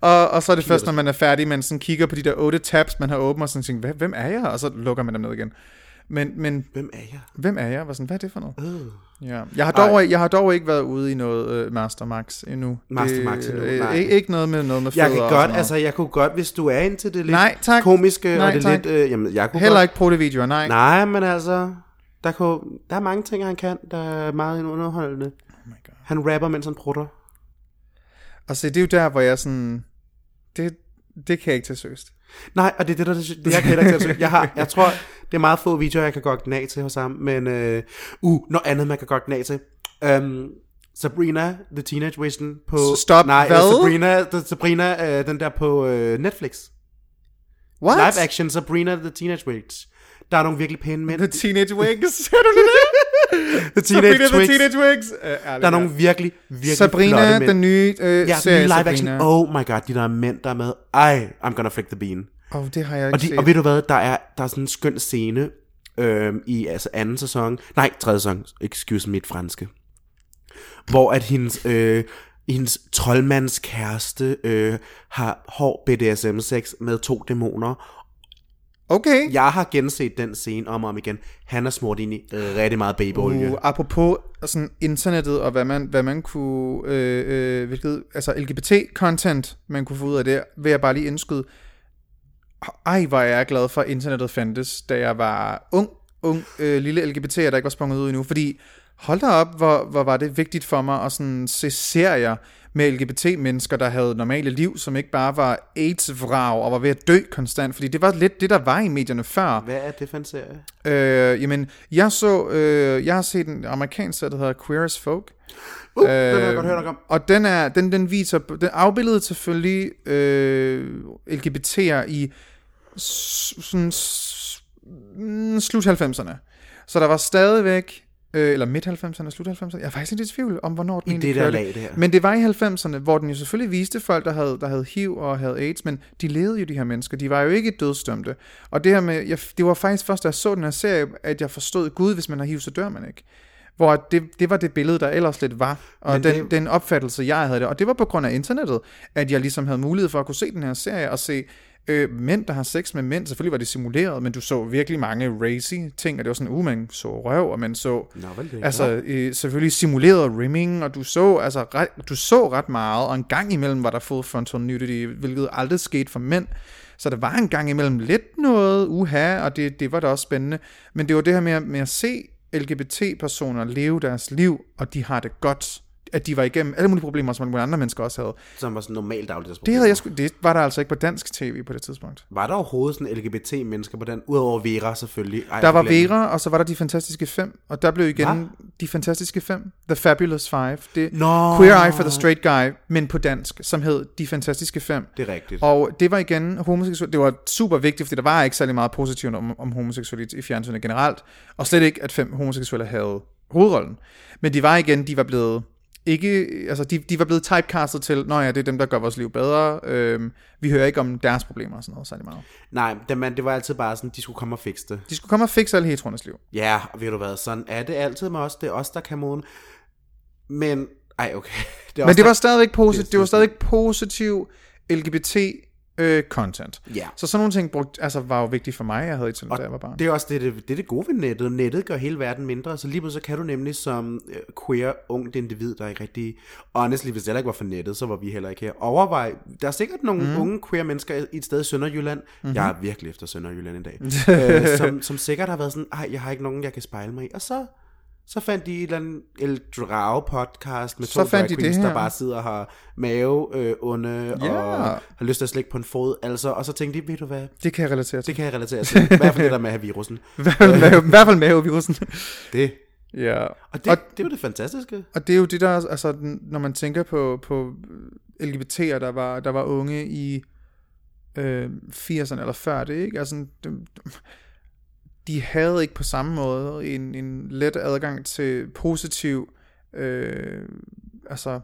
S3: og, og så er det først, når man er færdig, man sådan kigger på de der otte tabs, man har åbnet, og sådan tænker, "Hvad- hvem er jeg? Og så lukker man dem ned igen. Men, men
S1: Hvem er jeg?
S3: Hvem er jeg? Jeg Var sådan, hvad er det for noget? Øh. Ja. Jeg, har dog, jeg har dog ikke været uude i noget øh, Mastermax endnu.
S1: Mastermax
S3: Det-
S1: endnu,
S3: øh,
S1: nej.
S3: Ikke, ikke noget med noget med
S1: Jeg
S3: fødder
S1: kan
S3: og
S1: godt,
S3: sådan noget.
S1: altså jeg kunne godt, hvis du er into det lidt
S3: Nej, tak.
S1: komiske,
S3: Nej,
S1: og det lidt,
S3: tak.
S1: øh, jamen jeg kunne
S3: Heller
S1: godt.
S3: ikke protevideoer, nej. nej.
S1: Nej, men altså, der, kunne, der er mange ting, han kan, der er meget underholdende. Oh han rapper, mens han prutter.
S3: Altså, det er jo der, hvor jeg sådan... Det, det kan jeg ikke tage seriøst.
S1: Nej, og det er det, der, det jeg kan heller ikke selv- jeg, har, jeg tror, det er meget få videoer, jeg kan godt gnage til hos ham, men øh, uh, noget andet, man kan godt gnage til. Um, Sabrina, The Teenage Vision på...
S3: Stop,
S1: nej, øh,
S3: hvad?
S1: Sabrina, the, Sabrina øh, den der på øh, Netflix.
S3: What?
S1: Live action Sabrina, The Teenage Witch. Der er nogle virkelig pæne mænd.
S3: (laughs) The Teenage Wigs. Ser du lige det?
S1: The (laughs) Teenage
S3: Sabrina, The
S1: Twigs.
S3: Teenage Wigs. Øh, ærligt,
S1: Der er nogle virkelig, virkelig flotte
S3: Sabrina,
S1: mænd.
S3: den nye øh,
S1: ja,
S3: serie
S1: den nye live action.
S3: Sabrina.
S1: Oh my god, de der mænd, der er med. Ej, I'm gonna flick the bean.
S3: oh, det har jeg ikke
S1: Og, de,
S3: set.
S1: og ved du hvad, der er, der er sådan en skøn scene øhm, i altså anden sæson, nej, tredje sæson, excuse mit franske, hvor at hendes, øh, hendes troldmands kæreste øh, har hård BDSM-sex med to dæmoner.
S3: Okay.
S1: Jeg har genset den scene om og om igen. Han er smurt ind i rigtig meget babyolie.
S3: Uh, apropos sådan internettet og hvad man, hvad man kunne, øh, øh, hvilket, altså LGBT-content, man kunne få ud af det, vil jeg bare lige indskyde. Ej, hvor er jeg glad for, at internettet fandtes, da jeg var ung, ung øh, lille LGBT'er, der ikke var sprunget ud endnu, fordi hold da op, hvor, hvor var det vigtigt for mig at sådan se serier med LGBT-mennesker, der havde normale liv, som ikke bare var AIDS-vrag og var ved at dø konstant, fordi det var lidt det, der var i medierne før.
S1: Hvad er det for en serie?
S3: Øh, jamen, jeg så, øh, jeg har set en amerikansk serie, der hedder Queer as Folk.
S1: Uh, øh, den har jeg godt hørt nok om.
S3: Og den er, den, den viser, den afbillede selvfølgelig øh, LGBT'er i s- sådan s- mm, slut 90'erne. Så der var stadigvæk, øh, eller midt 90'erne, slut 90'erne, jeg er faktisk lidt i tvivl om, hvornår den
S1: I
S3: egentlig
S1: det der
S3: kørte.
S1: lag der.
S3: Men det var i 90'erne, hvor den jo selvfølgelig viste folk, der havde, der havde HIV og havde AIDS, men de levede jo de her mennesker, de var jo ikke dødsdømte. Og det her med, jeg, det var faktisk først, da jeg så den her serie, at jeg forstod, gud, hvis man har HIV, så dør man ikke. Hvor det, det var det billede, der ellers lidt var, og den, det... den opfattelse, jeg havde af det. Og det var på grund af internettet, at jeg ligesom havde mulighed for at kunne se den her serie og se øh, mænd, der har sex med mænd. Selvfølgelig var det simuleret, men du så virkelig mange racy ting, og det var sådan, uh, man så røv, og man så
S1: Nå, vel, det er
S3: altså, øh, selvfølgelig simuleret rimming, og du så, altså, ret, du så ret meget, og en gang imellem var der full frontal nudity, hvilket aldrig skete for mænd. Så der var en gang imellem lidt noget uha, og det, det var da også spændende. Men det var det her med, at- med at se LGBT-personer leve deres liv, og de har det godt. At de var igennem alle mulige problemer, som alle mulige andre mennesker også havde.
S1: Som var sådan normalt dagligt.
S3: Det, havde jeg sgu, det var der altså ikke på dansk tv på det tidspunkt.
S1: Var der overhovedet sådan LGBT-mennesker på den? Udover Vera selvfølgelig. Ej,
S3: Der
S1: jeg
S3: var
S1: glemte.
S3: Vera, og så var der De Fantastiske Fem, og der blev igen Hva? De Fantastiske Fem, The Fabulous Five, det
S1: Nå.
S3: Queer Eye for the Straight Guy, men på dansk, som hed De Fantastiske Fem.
S1: Det er rigtigt.
S3: Og det var igen homoseksuel. Det var super vigtigt, fordi der var ikke særlig meget positivt om, om homoseksualitet i fjernsynet generelt, og slet ikke, at fem homoseksuelle havde hovedrollen. Men de var igen, de var blevet ikke, altså de, de var blevet typecastet til, nå ja, det er dem, der gør vores liv bedre, øhm, vi hører ikke om deres problemer og sådan noget særlig meget.
S1: Nej, det, man, det var altid bare sådan, de skulle komme og fikse det.
S3: De skulle komme og fikse alle heteroernes liv.
S1: Ja, og ved du hvad, sådan er det altid med os. Det er os, der kan moden. Men, ej okay. (laughs) Det er
S3: Men
S1: os,
S3: det
S1: der-
S3: var stadigvæk positivt.
S1: det
S3: Det var
S1: er sådan-
S3: stadigvæk positiv LGBT øh, content.
S1: Ja.
S3: Så sådan nogle ting brugt, altså, var jo vigtigt for mig, jeg havde ikke sådan, da jeg var barn.
S1: Det er også det, det, det, er det gode ved nettet. Nettet gør hele verden mindre, så lige pludselig så kan du nemlig som øh, queer, ungt individ, der ikke rigtig... Honestly, hvis det heller ikke var for nettet, så var vi heller ikke her. Overvej, der er sikkert nogle mm. unge queer mennesker i- i et sted i Sønderjylland.
S3: Mhm.
S1: Mm-hmm. Jeg er virkelig efter Sønderjylland i
S3: (laughs)
S1: dag. øh, som, som sikkert har været sådan, ej, jeg har ikke nogen, jeg kan spejle mig i. Og så... Så fandt de et eller andet El Drage podcast med
S3: Så
S1: to
S3: fandt
S1: drag
S3: de det
S1: queens,
S3: her.
S1: der bare sidder og har mave øh, onde,
S3: Ja.
S1: og har lyst til at slikke på en fod. Altså, og så tænkte de, ved du hvad,
S3: Det kan jeg relatere til.
S1: det kan jeg relatere til. I hvert fald det der med at have
S3: (laughs)
S1: virussen.
S3: I hvert fald
S1: (laughs)
S3: mavevirusen.
S1: Det.
S3: ja.
S1: Og det, og det var det fantastiske.
S3: Og det er jo det der, altså, den- når man tænker på, på øh, LGBT'er, der var, der var unge i øh, 80'erne eller før det, ikke? Altså, de, de havde ikke på samme måde en, en let adgang til positiv øh, altså,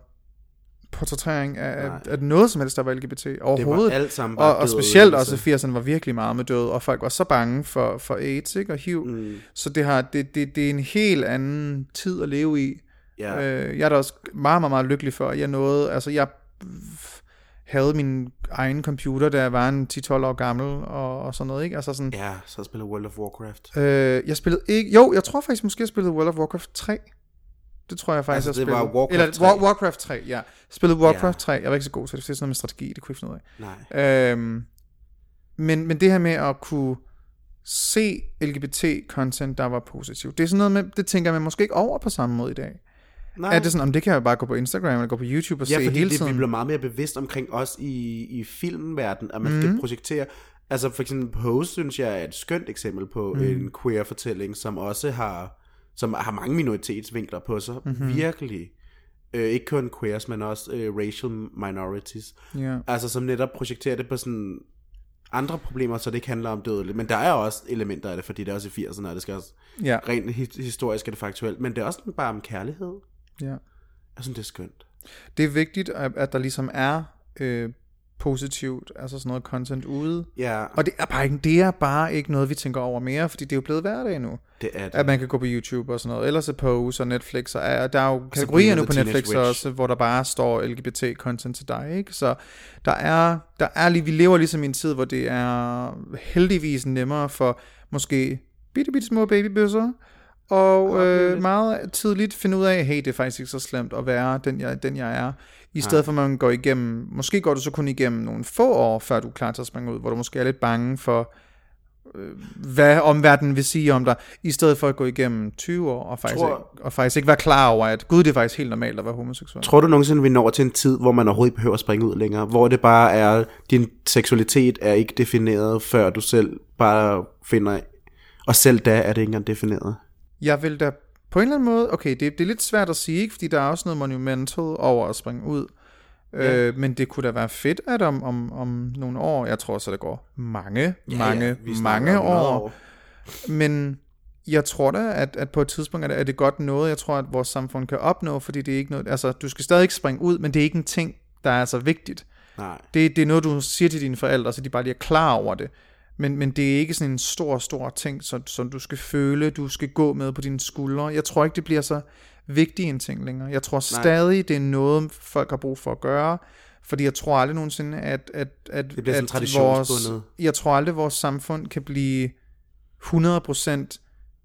S3: portrættering af,
S1: Nej.
S3: af noget som helst, der var LGBT
S1: Det
S3: overhovedet.
S1: var alt sammen bare
S3: og, og
S1: død
S3: specielt
S1: lidelse.
S3: også i 80'erne var virkelig meget med død, og folk var så bange for, for AIDS ikke? og HIV. Mm. Så det, har, det, det, det er en helt anden tid at leve i.
S1: Ja.
S3: Øh, jeg er da også meget, meget, meget lykkelig for, at jeg nåede, altså jeg f- havde min egen computer, da jeg var en 10-12 år gammel og, og sådan noget, ikke? Altså sådan,
S1: Ja, så spiller World of Warcraft.
S3: øh, jeg spillede ikke, jo, jeg tror faktisk måske, jeg spillede World of Warcraft 3. Det tror jeg faktisk,
S1: Altså,
S3: jeg
S1: det var
S3: spillede.
S1: Warcraft
S3: Eller,
S1: 3.
S3: War, Warcraft 3, ja. Jeg spillede Warcraft
S1: Ja.
S3: 3, jeg var ikke så god til det, for det er sådan noget med strategi, det kunne jeg ikke finde ud af.
S1: Nej.
S3: Øhm, men, men det her med at kunne se LGBT-content, der var positivt, det er sådan noget med, det tænker man måske ikke over på samme måde i dag.
S1: Nej.
S3: Er det sådan, om det kan jeg jo bare gå på Instagram, eller gå på YouTube og
S1: Ah. ja,
S3: se
S1: fordi
S3: hele
S1: det, vi
S3: tiden?
S1: bliver meget mere bevidst omkring os i, i filmverdenen, at man
S3: Mhm.
S1: mm. skal projektere. Altså for eksempel Pose, synes jeg er et skønt eksempel på
S3: Mhm.
S1: mm. en queer-fortælling, som også har, som har mange minoritetsvinkler på sig.
S3: Mhm.
S1: Mm-hmm. Virkelig. Øh, ikke kun queers, men også øh, racial minorities.
S3: Ja.
S1: Altså som netop projekterer det på sådan andre problemer, så det ikke handler om dødeligt. Men der er også elementer af det, fordi det er også i 80'erne, og det skal også
S3: Ja.
S1: rent hi- historisk er det faktuelt, men det er også bare om kærlighed.
S3: ja.
S1: Jeg synes, det er skønt.
S3: Det er vigtigt, at, at der ligesom er øh, positivt, altså sådan noget content ude.
S1: Ja, og
S3: Og det er, bare ikke, det er bare ikke noget, vi tænker over mere, fordi det er jo blevet hverdag nu.
S1: det er det.
S3: At man kan gå på YouTube og sådan noget, ellers er Pose og Netflix, og er- der er jo kategorier nu
S1: The
S3: på
S1: Teenage
S3: Netflix
S1: Witch.
S3: også, hvor der bare står LGBT-content til dig, ikke? Så der er, der er lige, vi lever ligesom i en tid, hvor det er heldigvis nemmere for måske bitte, bitte små babybøsser, og øh, meget tidligt finde ud af, hey, det er faktisk ikke så slemt at være den jeg, den jeg er, i stedet for at man går igennem, måske går du så kun igennem nogle få år, før du er klar til at springe ud, hvor du måske er lidt bange for, hvad omverdenen vil sige om dig, i stedet for at gå igennem 20 år og faktisk,
S1: Tror-
S3: ikke, og faktisk ikke være klar over, at gud, det er faktisk helt normalt at være homoseksuel.
S1: Tror du nogensinde, vi når til en tid, hvor man overhovedet ikke behøver at springe ud længere? Hvor det bare er, din seksualitet er ikke defineret, før du selv bare finder... Og selv da er det ikke engang defineret.
S3: Jeg vil da på en eller anden måde, okay, det, det er lidt svært at sige, ikke, fordi der er også noget monumental over at springe ud, ja. øh, men det kunne da være fedt, at om, om, om nogle år, jeg tror så, det går mange, ja, mange,
S1: ja,
S3: ja,
S1: vi snakker
S3: mange
S1: om 100
S3: år, år, men jeg tror da, at, at på et tidspunkt er det, er det godt noget, jeg tror, at vores samfund kan opnå, fordi det er ikke noget, altså, du skal stadig ikke springe ud, men det er ikke en ting, der er så vigtigt.
S1: Nej.
S3: Det, det er noget, du siger til dine forældre, så de bare lige er klar over det. Men, men det er ikke sådan en stor, stor ting, som, som du skal føle, du skal gå med på dine skuldre. Jeg tror ikke, det bliver så vigtig en ting længere. Jeg tror stadig, det er noget, folk har brug for at gøre. Fordi jeg tror aldrig nogensinde, at, at, at,
S1: Det bliver sådan
S3: at
S1: traditionsbundet.
S3: vores, jeg tror aldrig, vores samfund kan blive 100%,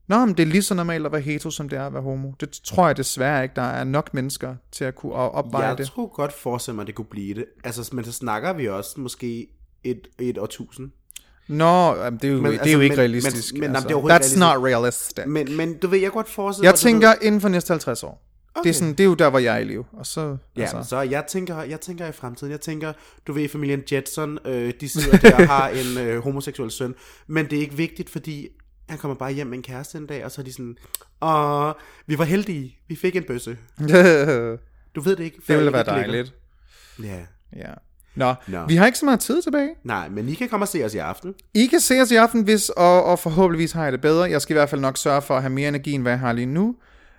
S3: Nå, men det er lige så normalt at være hetero, som det er at være homo. Det tror jeg desværre ikke, der er nok mennesker til at kunne opveje
S1: Jeg
S3: det.
S1: tror godt forestille mig, at det kunne blive det. Altså, men så snakker vi også måske et, et årtusind.
S3: Nå, jamen, det er jo, men, det er
S1: altså,
S3: jo ikke
S1: men-
S3: realistisk.
S1: men- men, nej,
S3: altså.
S1: det er overhovedet
S3: That's
S1: ikke
S3: not realistic. Men,
S1: Men, men du ved, jeg kunne godt forestille
S3: jeg
S1: mig... du ved-
S3: tænker inden for næste 50 år. Okay. Det, er sådan, det er jo der, hvor jeg er i liv. Og så,
S1: Ja, (laughs)
S3: altså,
S1: så jeg tænker, jeg tænker i fremtiden. Jeg tænker, du ved, familien Jetson, øh, de sidder der
S3: (laughs)
S1: og har en øh, homoseksuel søn, men det er ikke vigtigt, fordi han kommer bare hjem med en kæreste en dag, og så er de sådan, og vi var heldige, vi fik en bøsse. Du ved det ikke. før
S3: det ville
S1: ikke
S3: være
S1: ligger.
S3: dejligt.
S1: Ja.
S3: Ja. Nå,
S1: Nå.
S3: vi har ikke så meget tid tilbage.
S1: Nej, men I kan komme og se os i aften.
S3: I kan se os i aften, hvis, og, og forhåbentligvis har jeg det bedre. Jeg skal i hvert fald nok sørge for at have mere energi, end hvad jeg har lige nu.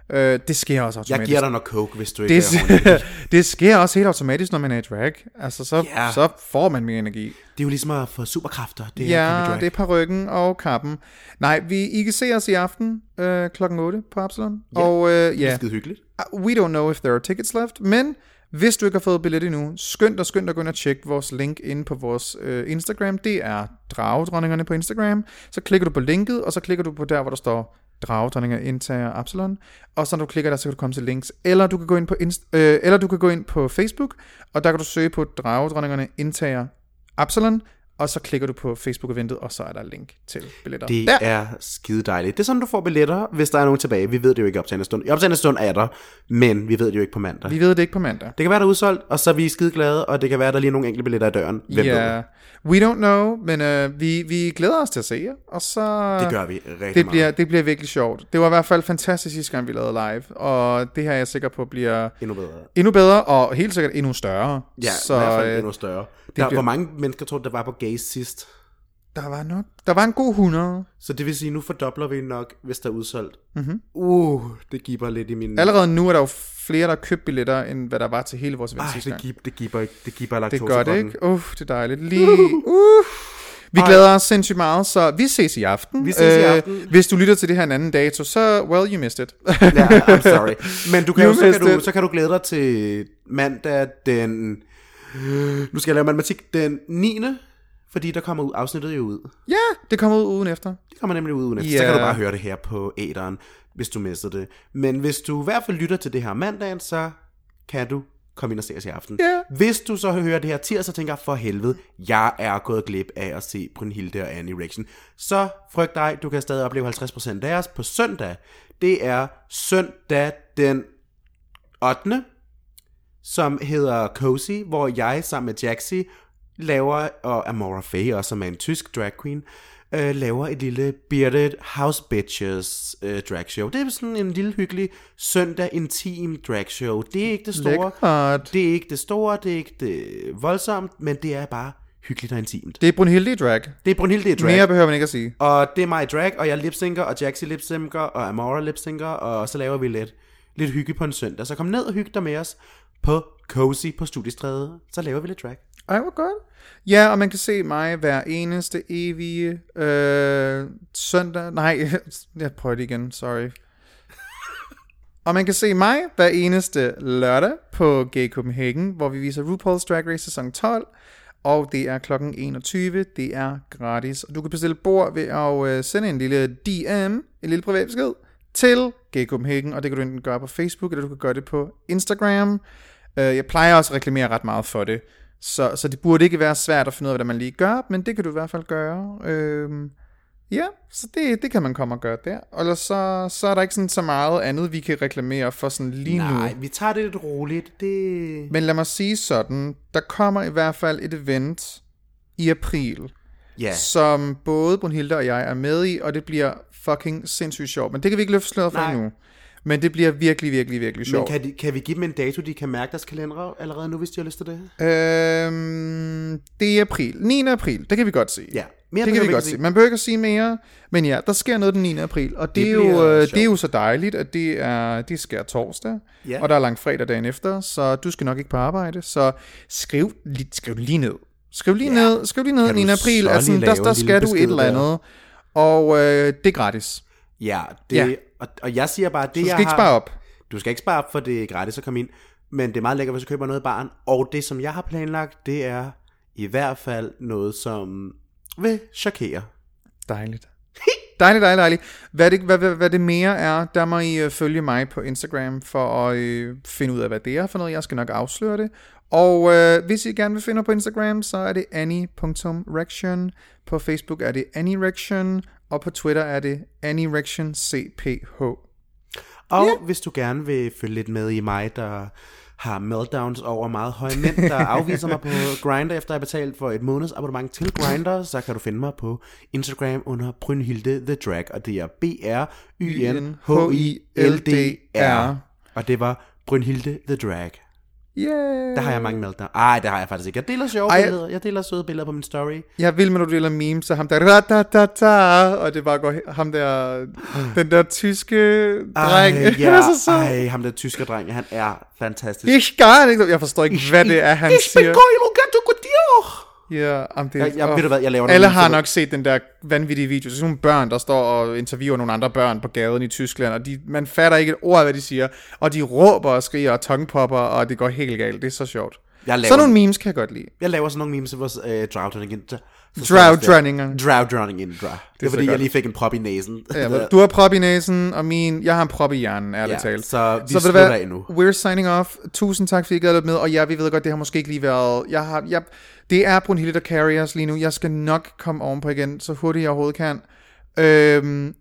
S3: Øh, det sker også
S1: Jeg
S3: automatisk.
S1: giver dig noget coke, hvis du ikke
S3: det,
S1: det... er hormonel.
S3: (laughs) det sker også helt automatisk, når man er i drag. Altså, så,
S1: Ja.
S3: yeah. så får man mere energi.
S1: Det er jo ligesom at få superkræfter. Det er at komme i
S3: Ja,
S1: drag.
S3: det er parrykken og kappen. Nej, vi, I kan se os i aften øh, klokken 8 på Absalon. Ja, og øh,
S1: Det er
S3: ja,
S1: skide hyggeligt.
S3: we don't know if there are tickets left, men Hvis du ikke har fået billet endnu, skynd dig, skynd dig at gå ind og tjekke vores link inde på vores øh, Instagram. Det er Dragedronningerne på Instagram. Så klikker du på linket, og så klikker du på der, hvor der står Dragedronninger indtager Absalon. Og så når du klikker der, så kan du komme til links. Eller du kan gå ind på, inst- øh, eller du kan gå ind på Facebook, og der kan du søge på Dragedronningerne indtager Absalon. Og så klikker du på Facebook-eventet, og så er der link til billetter.
S1: Det
S3: der.
S1: er skide dejligt. Det er sådan, du får billetter, hvis der er nogen tilbage. Vi ved det jo ikke i optagende stund. I optagende stund er der, men vi ved det jo ikke på mandag.
S3: Vi ved det ikke på mandag.
S1: Det kan være, der er udsolgt, og så er vi skide glade, og det kan være, der lige er nogle enkelte billetter i døren. Hvem
S3: Ja,
S1: ved
S3: yeah. we don't know, men øh, vi, vi glæder os til at se jer, og så...
S1: Det gør vi rigtig
S3: det
S1: meget.
S3: bliver, det bliver virkelig sjovt. Det var i hvert fald fantastisk sidste gang, vi lavede live, og det her er jeg sikker på bliver
S1: Endnu bedre.
S3: endnu bedre, og helt sikkert endnu større. øh,
S1: Ja, så, i hvert fald endnu større. Der, bliver... Hvor mange mennesker tror du, der var på gays sidst?
S3: der var nok, der var en god 100.
S1: Så det vil sige, nu fordobler vi nok, hvis der er udsolgt. Mm-hmm. Uh, det giver lidt i min...
S3: Mhm. Allerede nu er der jo flere, der har købt billetter, end hvad der var til hele vores event
S1: Ej,
S3: sidste
S1: det
S3: gang.
S1: giver, det giver, ikke- det giver
S3: Det er godt,
S1: laktosegrønten.
S3: ikke? Uff, det er dejligt.
S1: (laughs)
S3: Lige, uff. Vi glæder os sindssygt meget, så vi ses i aften. Øh,
S1: Vi ses i aften.
S3: Hvis du lytter til det her en anden dato, så, well, you missed it.
S1: (laughs) Ja, I'm
S3: (laughs)
S1: sorry. Men du kan
S3: You
S1: jo, så, kan
S3: missed
S1: du,
S3: it.
S1: så kan du glæde dig til mandag den... Nu skal jeg lave matematik. Den 9. Fordi der kommer ud, afsnittet jo ud.
S3: Ja, det kommer ud ugen efter.
S1: Det kommer nemlig ud ugen efter.
S3: Ja.
S1: Så kan du bare høre det her på æderen, hvis du missede det. Men hvis du i hvert fald lytter til det her mandagen, så kan du komme ind og se os i aften.
S3: Ja.
S1: Hvis du så hører det her tirsdag, så tænker for helvede, jeg er gået glip af at se Brunhilde og Annie Reaction. Så frygt dig, du kan stadig opleve 50% af os på søndag. Det er søndag den 8 som hedder Cozy, hvor jeg sammen med Jaxi laver, og Amora Faye også, som er en tysk drag queen, øh, laver et lille bearded house bitches øh, drag show. Det er sådan en lille hyggelig søndag intim drag show. Det er ikke det store.
S3: Lækkert.
S1: Det er ikke det store, det er ikke det voldsomt, men det er bare hyggeligt og intimt.
S3: Det er Brunhilde i drag.
S1: Det er Brunhilde i drag.
S3: Mere behøver man ikke at sige.
S1: Og det er mig i drag, og jeg lipsynker, og Jaxi lipsynker, og Amora lipsynker, og så laver vi lidt, lidt hygge på en søndag. Så kom ned og hygge dig med os på Cozy på Studiestræde. Så laver vi lidt drag.
S3: Ej, hvor godt. Ja, og man kan se mig hver eneste evige øh, søndag. Nej, (laughs) jeg prøver det igen, sorry. og man kan se mig hver eneste lørdag på Gay Copenhagen, hvor vi viser RuPaul's Drag Race sæson 12. Og det er klokken 21. Det er gratis. Og du kan bestille bord ved at øh, sende en lille DM, en lille privat besked, til Gay Copenhagen. Og det kan du enten gøre på Facebook, eller du kan gøre det på Instagram. Øh, Jeg plejer også at reklamere ret meget for det. Så, så det burde ikke være svært at finde ud af, hvad man lige gør, men det kan du i hvert fald gøre. Øhm, ja, så det, det kan man komme og gøre der. Og ellers så, så er der ikke sådan så meget andet, vi kan reklamere for sådan lige nu.
S1: Nej, vi tager det lidt roligt. Det...
S3: Men lad mig sige sådan, der kommer i hvert fald et event i april,
S1: Ja,
S3: som både Brunhilde og jeg er med i, og det bliver fucking sindssygt sjovt. Men det kan vi ikke løfte sløret for
S1: Nej.
S3: endnu. Men det bliver virkelig, virkelig, virkelig
S1: men
S3: sjovt.
S1: kan, de, kan vi give dem en dato, de kan mærke deres kalendere allerede nu, hvis de har lyst til det?
S3: Øhm, det er april. 9. april, det kan vi godt se.
S1: Ja, mere
S3: mere det
S1: behøver
S3: kan vi
S1: vi ikke
S3: godt se.
S1: sige.
S3: Man behøver ikke at sige mere, men ja, der sker noget den 9. april, og det, det, er, jo,
S1: bliver
S3: øh,
S1: sjovt.
S3: det er jo så dejligt, at det, er, det sker torsdag,
S1: Ja.
S3: og der er langfredag dagen efter, så du skal nok ikke på arbejde, så skriv, li- skriv det lige ned. Skriv lige ned, skriv lige ned
S1: Kan du
S3: 9. april,
S1: så
S3: altså,
S1: lige
S3: der,
S1: lave
S3: der
S1: en
S3: skal
S1: lille
S3: du et
S1: besked
S3: eller
S1: der?
S3: andet, og øh, det er gratis.
S1: Ja, det,
S3: Ja.
S1: ja. Og, og jeg siger bare, det
S3: Du
S1: jeg
S3: skal ikke
S1: har-
S3: spare op.
S1: Du skal ikke spare op, for det er gratis at komme ind. Men det er meget lækkert, hvis du køber noget i baren. Og det, som jeg har planlagt, det er i hvert fald noget, som vil chokere.
S3: Dejligt. (laughs) Dejligt, dejligt, dejligt. Hvad det, hvad, hvad, hvad det mere er, der må I øh, følge mig på Instagram for at øh, finde ud af, hvad det er for noget. Jeg skal nok afsløre det. Og øh, hvis I gerne vil finde mig på Instagram, så er det annie.rection. På Facebook er det annierection, og på Twitter er det annierectioncph.
S1: Og yeah. hvis du gerne vil følge lidt med i mig, der har meltdowns over meget høje mænd, der
S3: (laughs)
S1: afviser mig på Grindr, efter jeg har betalt for et måneds abonnement til Grindr, så kan du finde mig på Instagram under Brynhilde The Drag, og det er b r y n h i l d r Og det var Brynhilde The Drag.
S3: Yeah.
S1: Der har jeg mange meltdowns. Ej, det har jeg faktisk ikke. Jeg deler sjove
S3: Ej.
S1: Ej. billeder. Jeg deler søde billeder på min story.
S3: Jeg vil, når du deler memes, så ham der, ra-da-da-da, og det bare går, he-
S1: (gasps)
S3: ham der, den der tyske dreng.
S1: Ej,
S3: (laughs) Han
S1: ja,
S3: er så sød.
S1: ej, ham der tyske dreng, han er fantastisk.
S3: Ich gar nicht. Jeg forstår ikke, hvad det er, han
S1: ich
S3: siger.
S1: bin Goylo Gato Gudio.
S3: Ja, om det,
S1: Jeg- jeg- ved du hvad, jeg laver det
S3: Alle
S1: lige,
S3: har
S1: så-
S3: nok set den der vanvittige video. Så sådan nogle børn, der står og interviewer nogle andre børn på gaden i Tyskland, og de, man fatter ikke et ord, af, hvad de siger. Og de råber og skriger og tongpopper, og det går helt galt. Det er så sjovt.
S1: Jeg laver
S3: Sådan nogle
S1: den.
S3: memes kan jeg godt lide.
S1: Jeg laver sådan nogle memes af vores øh, drought running in.
S3: Drought running in.
S1: Drought running in. Dra. Det er
S3: så
S1: fordi, jeg
S3: godt.
S1: lige fik en prop i næsen.
S3: Ja, men du har prop i næsen, og min, jeg har en prop i hjernen, ærligt
S1: Ja,
S3: talt.
S1: så vi
S3: ved du
S1: slutter
S3: hvad?
S1: af nu.
S3: We're signing off. Tusind tak, fordi I gad at løbe med, og ja, vi ved godt, det har måske ikke lige været... Jeg har, jeg, det er Brunhilde, der carry os lige nu. Jeg skal nok komme ovenpå igen, så hurtigt jeg overhovedet kan. Øhm,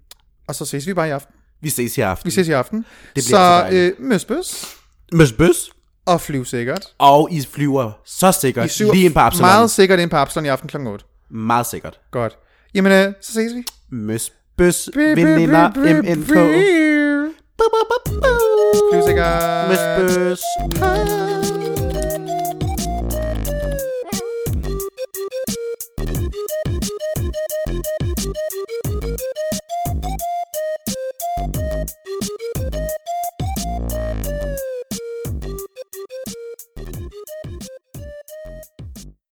S3: og så ses vi bare i aften.
S1: (laughs) vi ses i aften.
S3: Vi ses i aften. Det
S1: bliver så
S3: så øh,
S1: dejligt.
S3: møsbøs
S1: Møs bøs.
S3: og flyv sikkert.
S1: Og I flyver så sikkert. lige ind på Absalon.
S3: Meget sikkert ind på Absalon i aften kl. 8.
S1: meget sikkert.
S3: Godt. Jamen, øh, så ses vi.
S1: Møs bøs. Veninder. MNK.
S3: Flyv sikkert.
S1: Møs bøs.
S3: Hej.